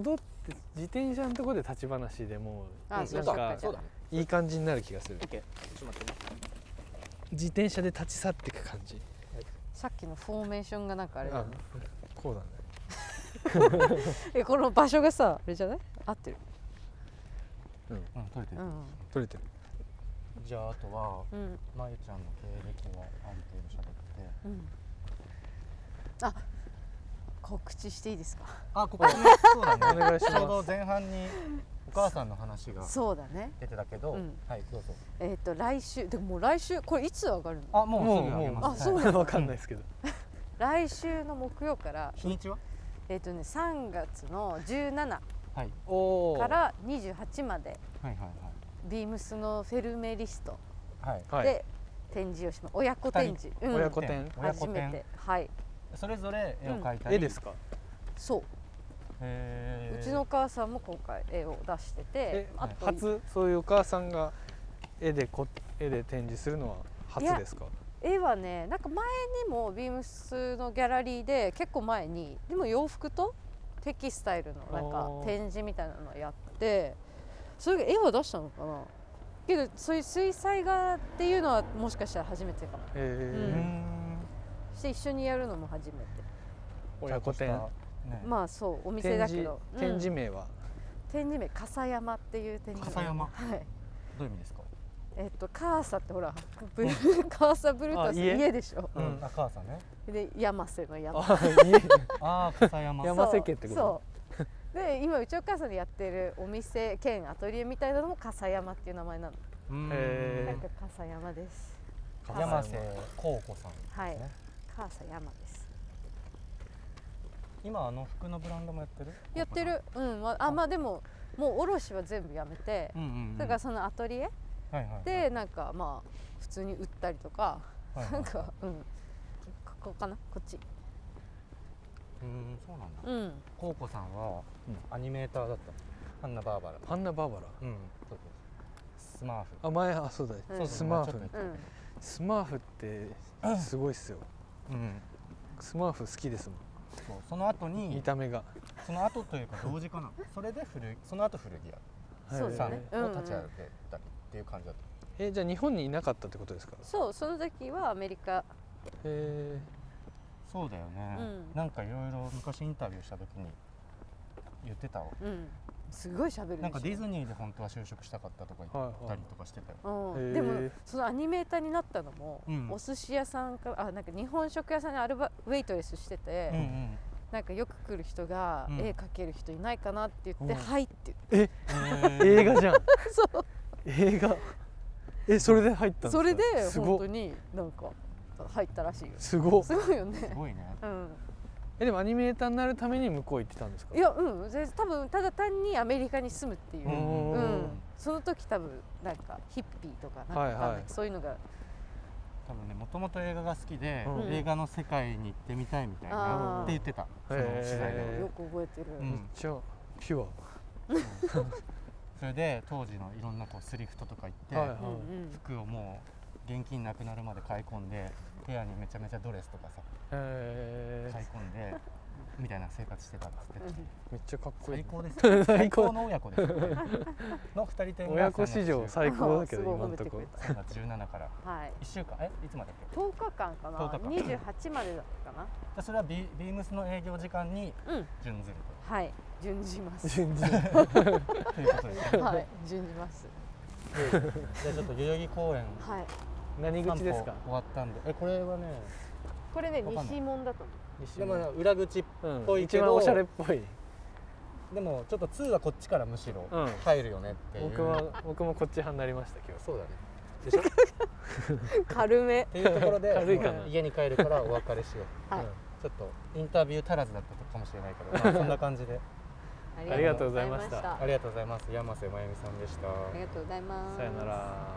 Speaker 3: 戻って自転車のところで立ち話でもう
Speaker 2: あ
Speaker 3: なん
Speaker 1: り
Speaker 2: そう
Speaker 1: か
Speaker 2: か
Speaker 3: か
Speaker 1: そうだね
Speaker 3: いい感じになる気がする
Speaker 1: OK ちょっと待ってね
Speaker 3: 自転車で立ち去っていく感じ
Speaker 2: さっきのフォーメーションがなんかあれだ
Speaker 3: あ
Speaker 2: よね
Speaker 3: こうだね
Speaker 2: えこの場所がさあれじゃない合ってる
Speaker 1: うん取れて
Speaker 2: う
Speaker 1: る、
Speaker 2: ん
Speaker 3: 取れてる
Speaker 1: じゃああとは
Speaker 2: うん
Speaker 1: まゆちゃんの経歴はある程度喋って
Speaker 2: うんあ告知していいですか
Speaker 1: あここねそうだね
Speaker 3: お願いします
Speaker 1: ちょうど前半にお母さんの話が
Speaker 2: そうだね
Speaker 1: 出てたけど、
Speaker 2: うん
Speaker 1: はいどうぞ
Speaker 2: えっ、と来週でももう来週これいつ上がるの
Speaker 1: あもう
Speaker 3: も
Speaker 1: す
Speaker 3: う
Speaker 1: ぐあげ
Speaker 3: もう
Speaker 1: ます
Speaker 2: あそう
Speaker 1: はい
Speaker 2: なんだ
Speaker 3: わかんないですけど
Speaker 2: 来週の木曜から
Speaker 1: 日にちは
Speaker 2: えっ、とね3月の17
Speaker 1: はい
Speaker 3: おお
Speaker 2: から28まで
Speaker 1: はいはい
Speaker 2: ビームスのフェルメリスト
Speaker 1: はいはい
Speaker 3: はい
Speaker 2: で展示をします、親子展示、うん
Speaker 3: 親子展
Speaker 1: 親
Speaker 2: 初
Speaker 1: 子
Speaker 2: め
Speaker 1: 展
Speaker 2: てはい
Speaker 1: それぞれ絵を描いたり、
Speaker 3: 絵ですか
Speaker 2: そう、
Speaker 1: へー
Speaker 2: うちのお母さんも今回絵を出してて
Speaker 3: え
Speaker 2: あと
Speaker 3: 初そういうお母さんが絵でこ絵で展示するのは初
Speaker 2: いや
Speaker 3: ですか
Speaker 2: 絵はねなんか前にもビームスのギャラリーで結構前にでも洋服とテキスタイルのなん
Speaker 3: あ
Speaker 2: か
Speaker 3: ー
Speaker 2: 展示みたいなのをやってそれが絵は出したのかなけどそういう水彩画っていうのはもしかしたら初めてかも
Speaker 1: うー
Speaker 3: え
Speaker 1: ん
Speaker 2: して一緒にやるのも初めて
Speaker 3: ー親子展
Speaker 1: ね
Speaker 2: まあそうお店
Speaker 3: 展
Speaker 2: だけ
Speaker 3: 示
Speaker 2: どうん
Speaker 3: 展示名は
Speaker 2: 展示名笠山っていう展示名
Speaker 1: 笠山
Speaker 2: はい
Speaker 1: どういう意味ですか
Speaker 2: えっとカーサってほらブルーカーサブルータス
Speaker 3: あ家
Speaker 2: 家でしょ
Speaker 3: うん
Speaker 1: あ母さんね
Speaker 2: で山瀬の山
Speaker 3: あ
Speaker 1: ああ笠山
Speaker 3: 山瀬家ってこと
Speaker 2: そうで今うちお母さんでやってるお店兼アトリエみたいなのも笠山っていう名前なの、
Speaker 1: うーん
Speaker 3: へ
Speaker 2: な
Speaker 3: え
Speaker 2: んか笠山です
Speaker 3: ー
Speaker 1: 山瀬幸子さん
Speaker 2: はい
Speaker 1: ね
Speaker 2: 笠山です
Speaker 1: 今あの服のブランドもやってる
Speaker 2: やってるうんまあまあでももう卸は全部やめて
Speaker 1: うんうんうん
Speaker 2: だからそのアトリエ
Speaker 1: はいはいはい
Speaker 2: でなんかまあ普通に売ったりとか
Speaker 1: はいはい
Speaker 2: なんかうんかこうかなこっち
Speaker 1: うんそうなんだ
Speaker 2: うん
Speaker 1: コウコさんは
Speaker 9: アニメーターだったハンナ・バーバラ
Speaker 3: ハンナ・バーバラ
Speaker 9: うんそう
Speaker 1: スマーフ
Speaker 3: あ前あそうだ、
Speaker 2: うん
Speaker 3: スマー
Speaker 1: ちょ
Speaker 3: フ
Speaker 1: っとね
Speaker 2: うん
Speaker 3: スマーフってすごいっすよ
Speaker 1: うん
Speaker 3: スマーフ好きですもん
Speaker 1: そうその後
Speaker 3: 見
Speaker 1: に
Speaker 3: た目が、
Speaker 1: その後というか同時かなそれで古いその後古着
Speaker 3: はい
Speaker 2: そ
Speaker 1: 屋
Speaker 2: うだ
Speaker 1: さんを
Speaker 2: ね
Speaker 1: 立ち上げたりっていう感じだった
Speaker 3: えじゃあ日本にいなかったってことですか
Speaker 2: そうその時はアメリカ
Speaker 3: え
Speaker 1: そうだよね
Speaker 2: うん
Speaker 1: なんかいろいろ昔インタビューした時に言ってたわ
Speaker 2: うんすごい喋るでしょ
Speaker 1: なんかディズニーで本当は就職したかったとか言ったりとかしてたよ
Speaker 2: うん
Speaker 3: へー
Speaker 2: でもそのアニメーターになったのも、
Speaker 1: うん
Speaker 2: お寿司屋さんからあなんか日本食屋さんにアルバウェイトレスしてて、
Speaker 1: うん
Speaker 2: なんかよく来る人が、
Speaker 1: うん
Speaker 2: 絵描ける人いないかなって言って「
Speaker 3: うん
Speaker 2: はい」って言って
Speaker 3: ー、映画じゃん
Speaker 2: そう
Speaker 3: 映画えそれで入ったんですか
Speaker 2: それです本
Speaker 3: ご
Speaker 2: 当になんか入ったらしいよ
Speaker 3: すごっ
Speaker 2: すごいよ
Speaker 1: す
Speaker 2: ね
Speaker 1: ごいね
Speaker 2: うん
Speaker 3: えでもアニメーターになるために向こう行ってたんですか
Speaker 2: いやうん全然多分ただ単にアメリカに住むっていうう、
Speaker 3: ん
Speaker 2: うん
Speaker 3: うん
Speaker 2: その時多分なんかヒッピーとかなんか
Speaker 3: はいはい
Speaker 2: わかんないそういうのが
Speaker 1: 多分ねもともと映画が好きで、
Speaker 3: うん
Speaker 1: 映画の世界に行ってみたいみたいな
Speaker 2: あー
Speaker 1: って言ってたその取材で、
Speaker 3: へ
Speaker 2: よく覚えてる、
Speaker 1: う
Speaker 3: ーめっ
Speaker 1: ん
Speaker 3: ちゃピュ
Speaker 1: それで当時のいろんなこうスリフトとか行って、
Speaker 3: アはいは
Speaker 2: うん
Speaker 3: い、
Speaker 1: 服をもう現金なくなるまで買い込んで部屋にめちゃめちゃドレスとかさ
Speaker 3: え
Speaker 1: 買い込んでみたいな生活してたっつってた
Speaker 3: ー、めっちゃかっこいい
Speaker 1: 最高ですよ最
Speaker 3: 高
Speaker 1: 高の親子ですよねの二人展が
Speaker 3: 親子史上
Speaker 1: 3
Speaker 3: 最高だけ ど
Speaker 2: すごい
Speaker 3: 今
Speaker 2: 褒
Speaker 3: ん
Speaker 2: めて
Speaker 3: と
Speaker 2: く
Speaker 3: こ
Speaker 2: れた
Speaker 1: 月17から
Speaker 2: はい
Speaker 1: 1週間えいつまでだっけ
Speaker 2: 10日間かな
Speaker 1: 10日
Speaker 2: 28までだったか
Speaker 1: でそれはビビームスの営業時間に
Speaker 2: なうん
Speaker 1: 準ずる
Speaker 2: はい順次ます
Speaker 3: 全然
Speaker 1: とということですね
Speaker 2: はい順次ます
Speaker 1: じゃあちょっと代々木公園
Speaker 2: はい
Speaker 3: 何 口ですか
Speaker 1: 散歩終わったんでえこれはね
Speaker 10: これね
Speaker 1: わかんない
Speaker 10: 西門だと思
Speaker 3: 西
Speaker 1: でも
Speaker 3: 村
Speaker 1: ね裏口
Speaker 3: うん
Speaker 1: ぽい
Speaker 3: 一
Speaker 1: けど
Speaker 3: 番おしゃれっぽい
Speaker 1: でもちょっと2はこっちからむしろ
Speaker 3: うん
Speaker 1: 入るよねっていう
Speaker 3: 僕は僕もこっち派になりました今
Speaker 1: そうだねでしょっ
Speaker 2: 軽め
Speaker 1: ていうところで
Speaker 3: 軽いかな
Speaker 1: もう家に帰るからお別れしよう、
Speaker 2: はい
Speaker 1: うんちょっとインタビュー足らずだったかもしれないけど、まあ、そんな感じ で
Speaker 10: う
Speaker 3: ありがとうございました
Speaker 10: あ
Speaker 1: ありがとうございます山瀬まゆみさんでした
Speaker 10: りがとうございます
Speaker 3: 日さよなら